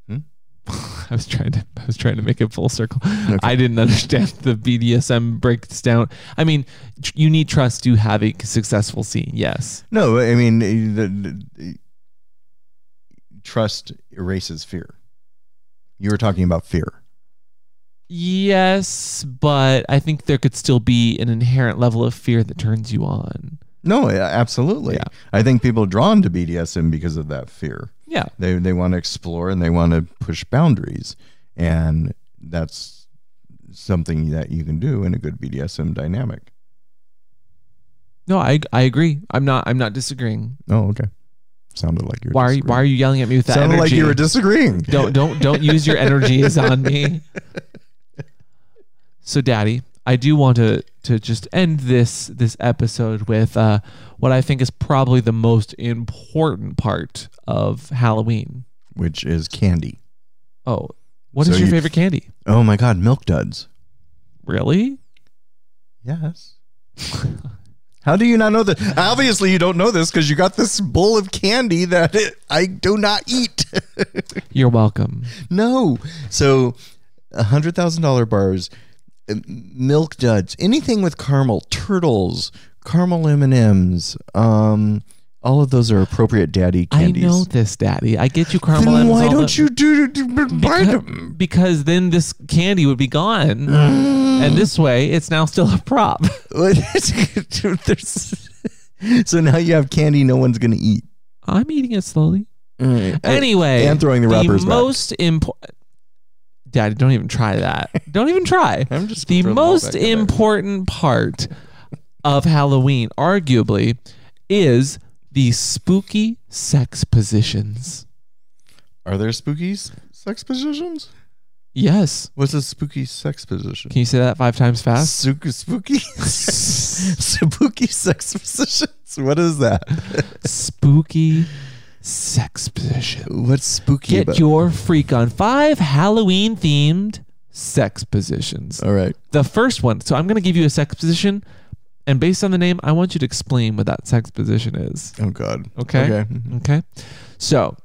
B: Hmm?
A: I was trying to I was trying to make it full circle. I didn't understand the BDSM breaks down. I mean, tr- you need trust to have a successful scene. Yes.
B: No, I mean, eh, the, the, the- trust erases fear. You were talking about fear.
A: Yes, but I think there could still be an inherent level of fear that turns you on.
B: No, eh, absolutely.
A: Yeah.
B: I think people are drawn to BDSM because of that fear.
A: Yeah.
B: they they want to explore and they want to push boundaries and that's something that you can do in a good BDSM dynamic.
A: No, I I agree. I'm not I'm not disagreeing.
B: Oh, okay. Sounded like you're
A: Why are you, why are you yelling at me with that
B: Sounded
A: energy?
B: like you were disagreeing.
A: don't don't don't use your energies on me. So, Daddy, I do want to to just end this this episode with uh, what I think is probably the most important part of Halloween.
B: Which is candy.
A: Oh, what is
B: So
A: your
B: you-
A: favorite candy?
B: Oh my god, milk duds.
A: Really?
B: Yes. How do you not know that? Obviously, you don't know this because you got this bowl of candy that I do not eat.
A: You're welcome.
B: No. So, a hundred thousand dollar bars, uh, milk duds, anything with caramel, turtles, caramel M and M's. Um, all of those are appropriate daddy candies.
A: I know this, Daddy. I get you caramel.
B: Then
A: M&Ms
B: why
A: all
B: don't
A: the-
B: you do, do- do- buy
A: Because-
B: them?
A: Because then this candy would be gone,
B: Mm.
A: and this way it's now still a prop.
B: There's- so now you have candy no one's gonna eat.
A: I'm eating it slowly. Mm,
B: Alright.
A: Anyway,
B: and throwing the wrappers back.
A: most important. Daddy, don't even try that. Don't even try.
B: I'm just
A: the
B: throwing them all back
A: most
B: in there.
A: important part of Halloween, arguably, is the spooky sex positions.
B: Are there spooky s- sex positions?
A: Yes.
B: What's a spooky sex position?
A: Can you say that five times fast?
B: Spooky, spooky, spooky sex positions. What is that?
A: spooky sex position.
B: What's spooky
A: Get
B: about?
A: your freak on five Halloween themed sex positions.
B: All right.
A: The first one. So I'm going to give you a sex position, and based on the name, I want you to explain what that sex position is.
B: Oh God.
A: Okay. Okay. So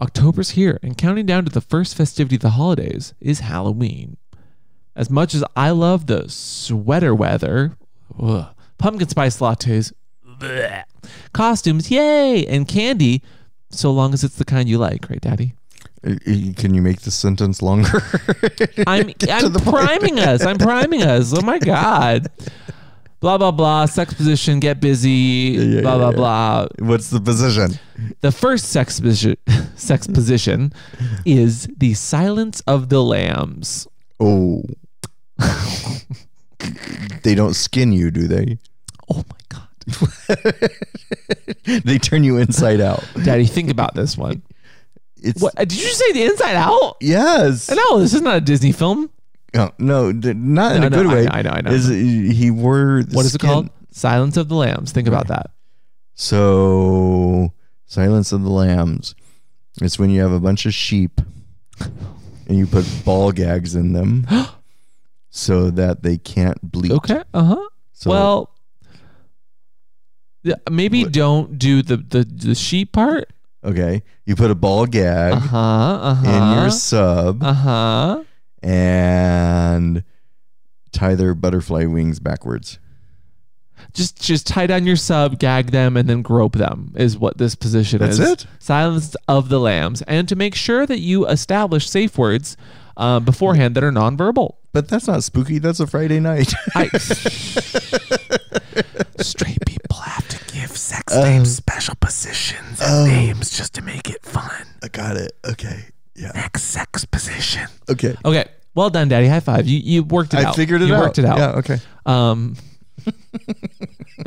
A: October's here, and counting down to the first festivity of the holidays is Halloween. As much as I love the sweater weather, ugh, pumpkin spice lattes, bleh, costumes, yay, and candy, so long as it's the kind you like, right, Daddy?
B: Uh, uh, Can you make the sentence longer?
A: I'm I'm priming us. I'm priming us. Oh my god. Blah blah blah. Sex position. Get busy.
B: yeah,
A: blah blah
B: yeah.
A: blah.
B: What's the position?
A: The first sex position sex position is the silence of the lambs.
B: Oh. they don't skin you, do they?
A: Oh my god.
B: They turn you inside out.
A: Daddy, think about this one.
B: It's
A: What did you say the inside out?
B: yes.
A: No, this is not a Disney film.
B: No, no, d- not in
A: No,
B: a
A: no,
B: good
A: I
B: way.
A: know, I know, I know.
B: Is he wore the
A: What is it
B: skin-
A: called? Silence of the Lambs. Think about that.
B: So, Silence of the Lambs. It's when you have a bunch of sheep and you put ball gags in them so that they can't bleed.
A: Okay. Uh huh.
B: So,
A: well, yeah, maybe don't do the, the the sheep part.
B: Okay. You put a ball gag
A: Uh huh. Uh
B: in your
A: huh.
B: sub
A: Uh
B: Uh-huh.
A: huh.
B: and tie their butterfly wings backwards.
A: Just just tie down your sub, gag them, and then grope them is what this position
B: That's
A: is.
B: it?
A: Silence of the lambs, and to make sure that you establish safe words uh, beforehand that are nonverbal.
B: But that's not spooky. That's a Friday night.
A: I, straight people have to give sex
B: Um,
A: names special positions and names just to make it fun.
B: I got it. Okay. Yeah.
A: Next sex position.
B: Okay.
A: Okay. Well done, Daddy. High five. You you worked it
B: I
A: out.
B: figured it
A: you
B: out.
A: worked it out.
B: Yeah. Okay.
A: Um,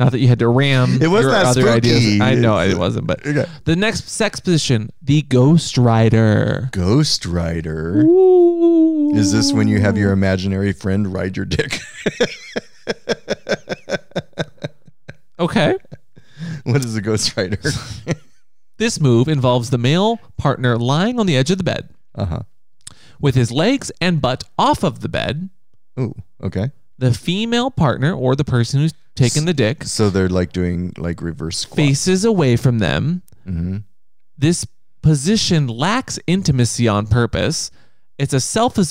A: not that you had to ram
B: It was
A: your
B: not
A: other
B: spooky.
A: ideas. I know it wasn't, but
B: Okay.
A: the next sex position, the Ghost Rider.
B: Ghost Rider. Is this when you have your imaginary friend ride your dick?
A: Okay.
B: what is a Ghost Rider?
A: This move involves the male partner lying on the edge of the bed
B: uh huh.
A: with his legs and butt off of the bed.
B: Oh, okay.
A: The female partner or the person who's taking the dick
B: So they're like doing like reverse squat.
A: faces away from them.
B: Mhm.
A: This position lacks intimacy on purpose. It's a selfish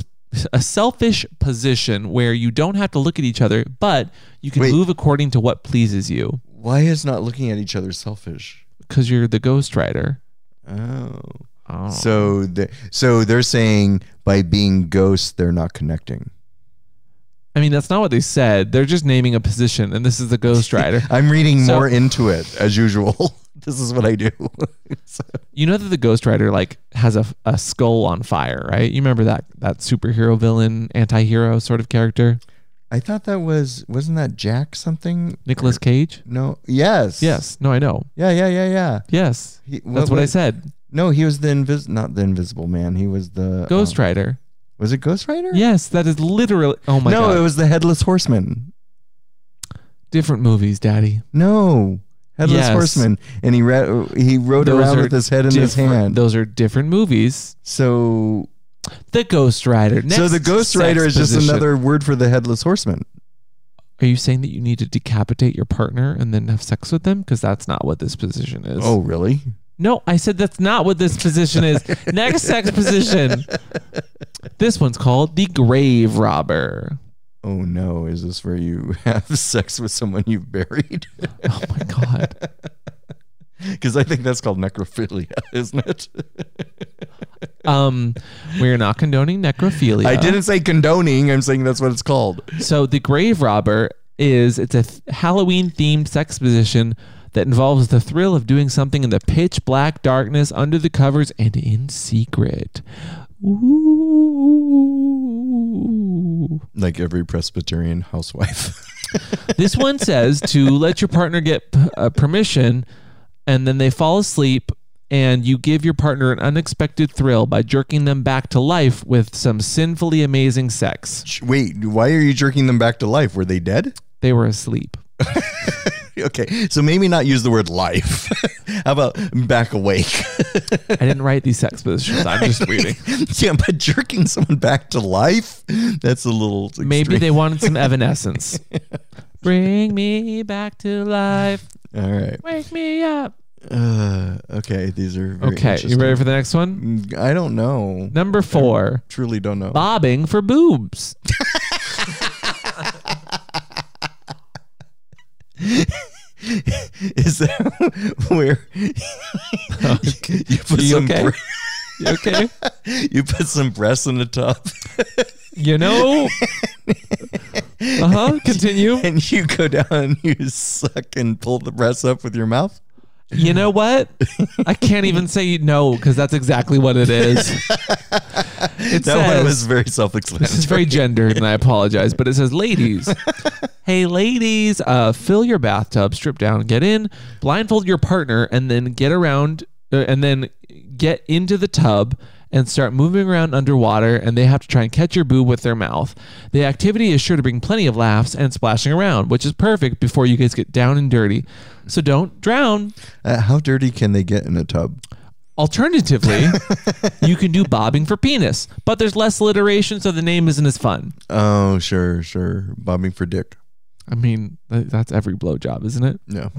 A: a selfish position where you don't have to look at each other, but you can
B: Wait.
A: move according to what pleases you
B: Why is not looking at each other selfish?
A: because you're the ghostwriter.
B: Oh.
A: Oh.
B: So they so they're saying by being ghosts they're not connecting.
A: I mean, that's not what they said. They're just naming a position, and this is the ghostwriter.
B: I'm reading
A: So-
B: more into it as usual. this is what I do. So-
A: you know that the ghostwriter like has a, a skull on fire, right? You remember that that superhero villain, anti-hero sort of character,
B: I thought that was wasn't that Jack something?
A: Nicolas Cage?
B: No. Yes.
A: Yes. No, I know.
B: Yeah, yeah, yeah, yeah.
A: Yes.
B: He-
A: That's what I said.
B: No, he was the invis not the invisible man. He was the
A: Ghost
B: um,
A: Rider.
B: was it Ghost Rider?
A: Yes, that is literally. Oh my
B: no,
A: god!
B: it was the headless horseman.
A: Different movies, Daddy.
B: No. Headless
A: Yes.
B: horseman. And he ra- he rode
A: Those
B: around
A: are
B: with his head in his
A: Different-
B: hand.
A: Those are different movies.
B: So
A: The Ghost Rider.
B: so
A: Next
B: the Ghost
A: sex
B: Rider is just
A: position.
B: another word for the headless horseman.
A: Are you saying that you need to decapitate your partner and then have sex with them? Because that's not what this position is.
B: Oh, really?
A: no, I said that's not what this position is. Next sex position. This one's called the Grave Robber.
B: Oh no, is this where you have sex with someone you've buried?
A: Oh my god.
B: Because I think that's called necrophilia, isn't it?
A: Um, we're not condoning necrophilia.
B: I didn't say condoning. I'm saying that's what it's called.
A: So the grave robber is it's a th- Halloween themed sex position that involves the thrill of doing something in the pitch black darkness under the covers and in secret. Ooh.
B: Like every Presbyterian housewife.
A: this one says to let your partner get p- uh, permission and then they fall asleep and you give your partner an unexpected thrill by jerking them back to life with some sinfully amazing sex.
B: Wait, why are you jerking them back to life? Were they dead?
A: They were asleep.
B: Okay, so maybe not use the word life. How about back awake?
A: I didn't write these sex positions. I'm just reading.
B: yeah, but jerking someone back to life, that's a little extreme.
A: Maybe they wanted some evanescence. Bring me back to life.
B: All right.
A: Wake me up.
B: Uh, okay, these are very
A: Okay, you ready for the next one?
B: interesting. I don't know.
A: Number four,
B: Truly don't know.
A: bobbing for boobs.
B: Is that where you put
A: You
B: some
A: okay?
B: bre-
A: You okay?
B: you put some breasts in the tub
A: You know. Uh huh. Continue.
B: and you go down and you suck and pull the breasts up with your mouth?
A: You know what? I can't even say no because that's exactly what it is. It
B: That
A: says,
B: one was very
A: This is
B: self-explanatory.
A: very gendered, and I apologize, but it says, "Ladies, hey, ladies, uh, fill your bathtub, strip down, get in, blindfold your partner, and then get around, uh, and then get into the tub." And start moving around underwater, and they have to try and catch your boob with their mouth. The activity is sure to bring plenty of laughs and splashing around, which is perfect before you guys get down and dirty. So don't drown.
B: Uh, how dirty can they get in a tub?
A: Alternatively, you can do bobbing for penis, but there's less alliteration, so the name isn't as fun.
B: Oh, sure, sure. Bobbing for dick.
A: I mean, th- that's every blowjob, isn't it?
B: No.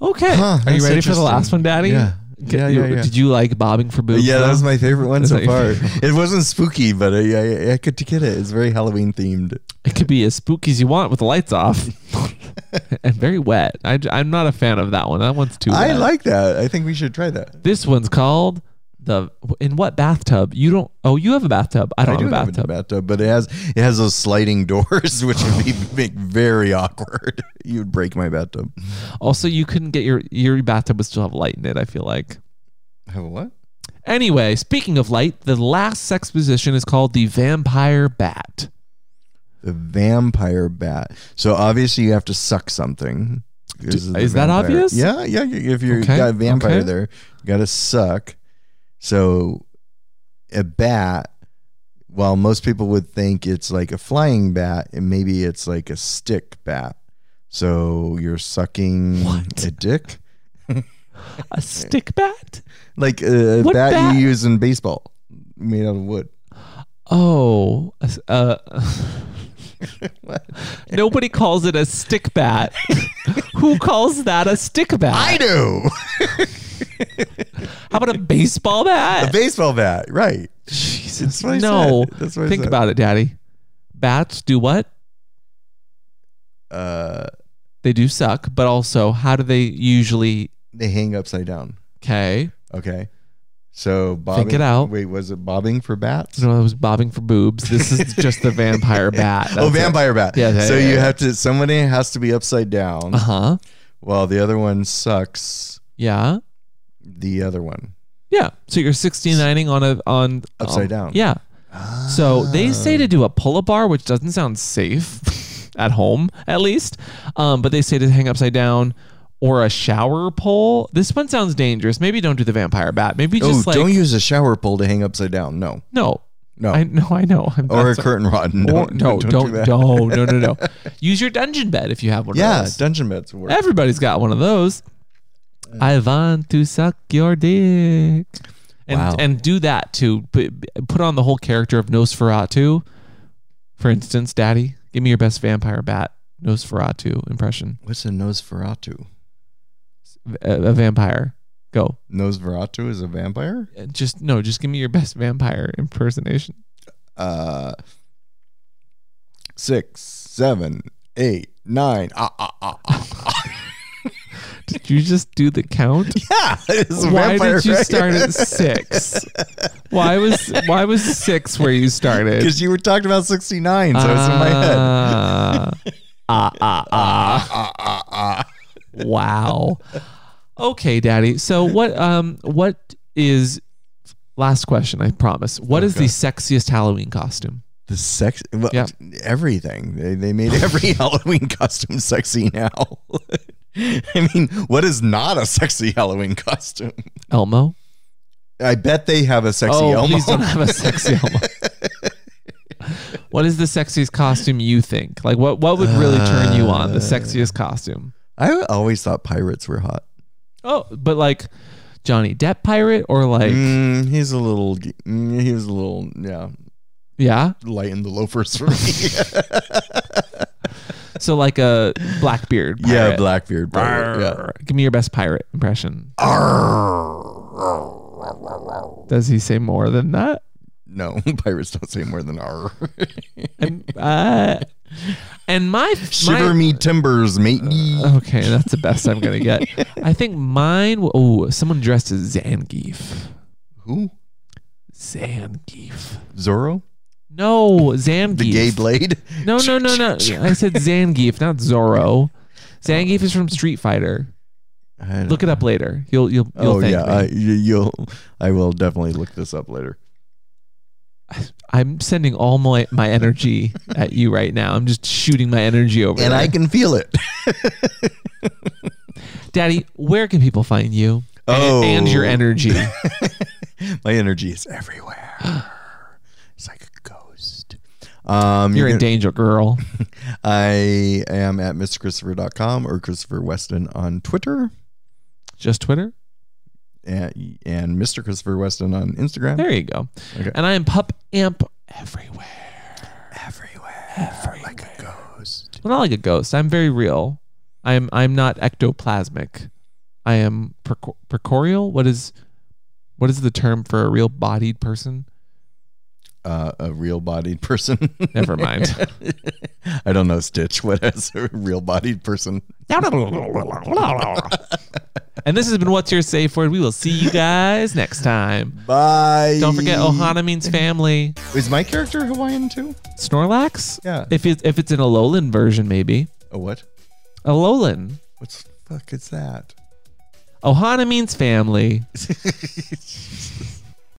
A: Okay.
B: Huh,
A: Are you
B: that's
A: ready for the
B: interesting.
A: last one, Daddy?
B: Yeah. Yeah,
A: You-
B: yeah, yeah.
A: Did you like bobbing for boobs?
B: Yeah, that
A: though?
B: was my favorite one
A: That's
B: so
A: not your
B: far.
A: favorite
B: It wasn't spooky, but I, I, I could get it. It's very Halloween themed.
A: It could be as spooky as you want with the lights off, and very wet. I, am not a fan of that one. That one's too.
B: I
A: wet.
B: like that. I think we should try that.
A: This one's called the in what bathtub? You don't. Oh, you have a bathtub. I don't
B: I do
A: have a
B: have
A: bathtub.
B: a bathtub, but it has it has those sliding doors, which would be make very awkward. You would break my bathtub.
A: also, you couldn't get your your bathtub would still have light in it. I feel like.
B: Have a what?
A: Anyway, speaking of light, the last sex position is called the vampire bat.
B: The vampire bat. So obviously you have to suck something. Is,
A: is that obvious?
B: Yeah, yeah. you- If you
A: Okay,
B: got a vampire
A: okay.
B: there, you got to suck. So a bat. While most people would think it's like a flying bat, and maybe it's like a stick bat. So you're sucking
A: What?
B: a dick,
A: A stick bat?
B: like a
A: What
B: bat,
A: bat?
B: you use in baseball, made out of wood.
A: Oh, a s- uh,
B: What?
A: nobody calls it a stick bat. Who calls that a stick bat?
B: I do
A: How about a baseball
B: a
A: bat?
B: baseball bat, right?
A: Jesus,
B: That's what I
A: no.
B: said. That's what I
A: Think
B: said.
A: about it, Daddy. Bats do what?
B: Uh,
A: They do suck, but also, how do they usually?
B: they hang upside down.
A: Okay,
B: Okay. So bobbing.
A: it out.
B: Wait, was it bobbing for bats?
A: so I was bobbing for boobs. This is just the vampire bat.
B: oh, vampire bat.
A: Yeah, yeah,
B: so
A: yeah,
B: you
A: yeah.
B: have to. Somebody has to be upside down
A: Uh huh.
B: while the other one sucks
A: Yeah.
B: the other one.
A: Yeah. So you're 69ing on a on
B: Upside
A: on-
B: down. Ah.
A: Yeah. So they say to do a pull-up bar, which doesn't sound safe at home, at least. Um, but they say to hang upside down or a shower pole. This one sounds dangerous. Maybe don't do the vampire bat. Maybe
B: Oh,
A: just like
B: don't use a shower pole to hang upside down. No,
A: no,
B: no.
A: I no, I know. I'm
B: or a
A: that's-
B: curtain rod. No,
A: or- no,
B: do
A: don't,
B: that.
A: no, no, no, no. Use your dungeon bed if you have one. Of
B: Yeah,
A: those.
B: dungeon beds work.
A: Everybody's got one of those. I want to suck your dick. And,
B: Wow.
A: and do that to p- put on the whole character of Nosferatu. For instance, Daddy, give me your best vampire bat Nosferatu impression.
B: What's a Nosferatu?
A: A, a vampire. Go.
B: Nosferatu is a vampire.
A: Uh, Just no, just give me your best vampire impersonation.
B: Uh, six, seven, eight, nine. Ah, ah, ah, ah.
A: Did you just do the count?
B: yeah, it's a
A: Why
B: vampire,
A: did you
B: right?
A: start at six? why was why was six where you started?
B: Because you were talking about 69, so it's in my head.
A: Ah. Ah, ah, ah.
B: Ah, ah, ah.
A: Wow. Okay, Daddy. So what um what is last question, I promise. What is
B: Okay.
A: the sexiest Halloween costume?
B: The sex, well,
A: Yeah.
B: everything. They, they made every Halloween costume sexy now. I mean, what is not a sexy Halloween costume?
A: Elmo?
B: I bet they have a sexy
A: oh,
B: Elmo.
A: please don't have a sexy Elmo. what is the sexiest costume you think? Like what what would really turn you
B: Uh.
A: on? The sexiest costume.
B: I always thought pirates were hot.
A: Oh, but like Johnny Depp pirate or like
B: Mm, he's a little, g- mm, he was a little, yeah,
A: yeah?
B: light in the loafers for me.
A: So like a Blackbeard pirate.
B: yeah, Blackbeard. pirate, yeah.
A: Arr. Give me your best pirate impression. Does he say more than that?
B: No, pirates don't say more than R.
A: I'm- uh, and my
B: Shiver
A: my-
B: me timbers, mate.
A: Okay, that's the best I'm gonna get. I think mine. w- Oh, someone dressed as Zangief.
B: Who?
A: Zangief.
B: Zorro?
A: No, Zangief.
B: The gay blade?
A: No, no, no, no. I said Zangief, not Zorro. Zangief is from Street Fighter.
B: I don't-
A: Look it up later. You'll you'll you'll
B: oh
A: thank
B: yeah,
A: me.
B: I, you, you'll. I will definitely look this up later.
A: I'm sending all my, my energy at you right now. I'm just shooting my energy over.
B: And
A: there.
B: I can feel it.
A: Daddy, where can people find you? A-
B: Oh.
A: And, your energy.
B: My energy is everywhere. It's like a ghost. Um,
A: You're a
B: can-
A: danger girl.
B: I am at mrchristopher.com or Christopher Weston on Twitter
A: Just Twitter?
B: and, and Mr. Christopher Weston on Instagram.
A: There you go. Um,
B: Okay.
A: And I am Pup Amp everywhere.
B: Everywhere,
A: Everywhere.
B: like a ghost.
A: Well, not like a ghost. I'm very real. I'm I'm not ectoplasmic. I am perco- precorial. What is what is the term for a real bodied person?
B: Uh, a real bodied person.
A: Never mind.
B: I don't know, Stitch. What is a real bodied person?
A: and this has been What's Your Safe Word. We will see you guys next time.
B: Bye.
A: Don't forget, Ohana means family.
B: Is my character Hawaiian too?
A: Snorlax?
B: Yeah.
A: If, it, if it's an Alolan version, maybe.
B: A what?
A: Alolan.
B: What's the fuck is that?
A: Ohana means family.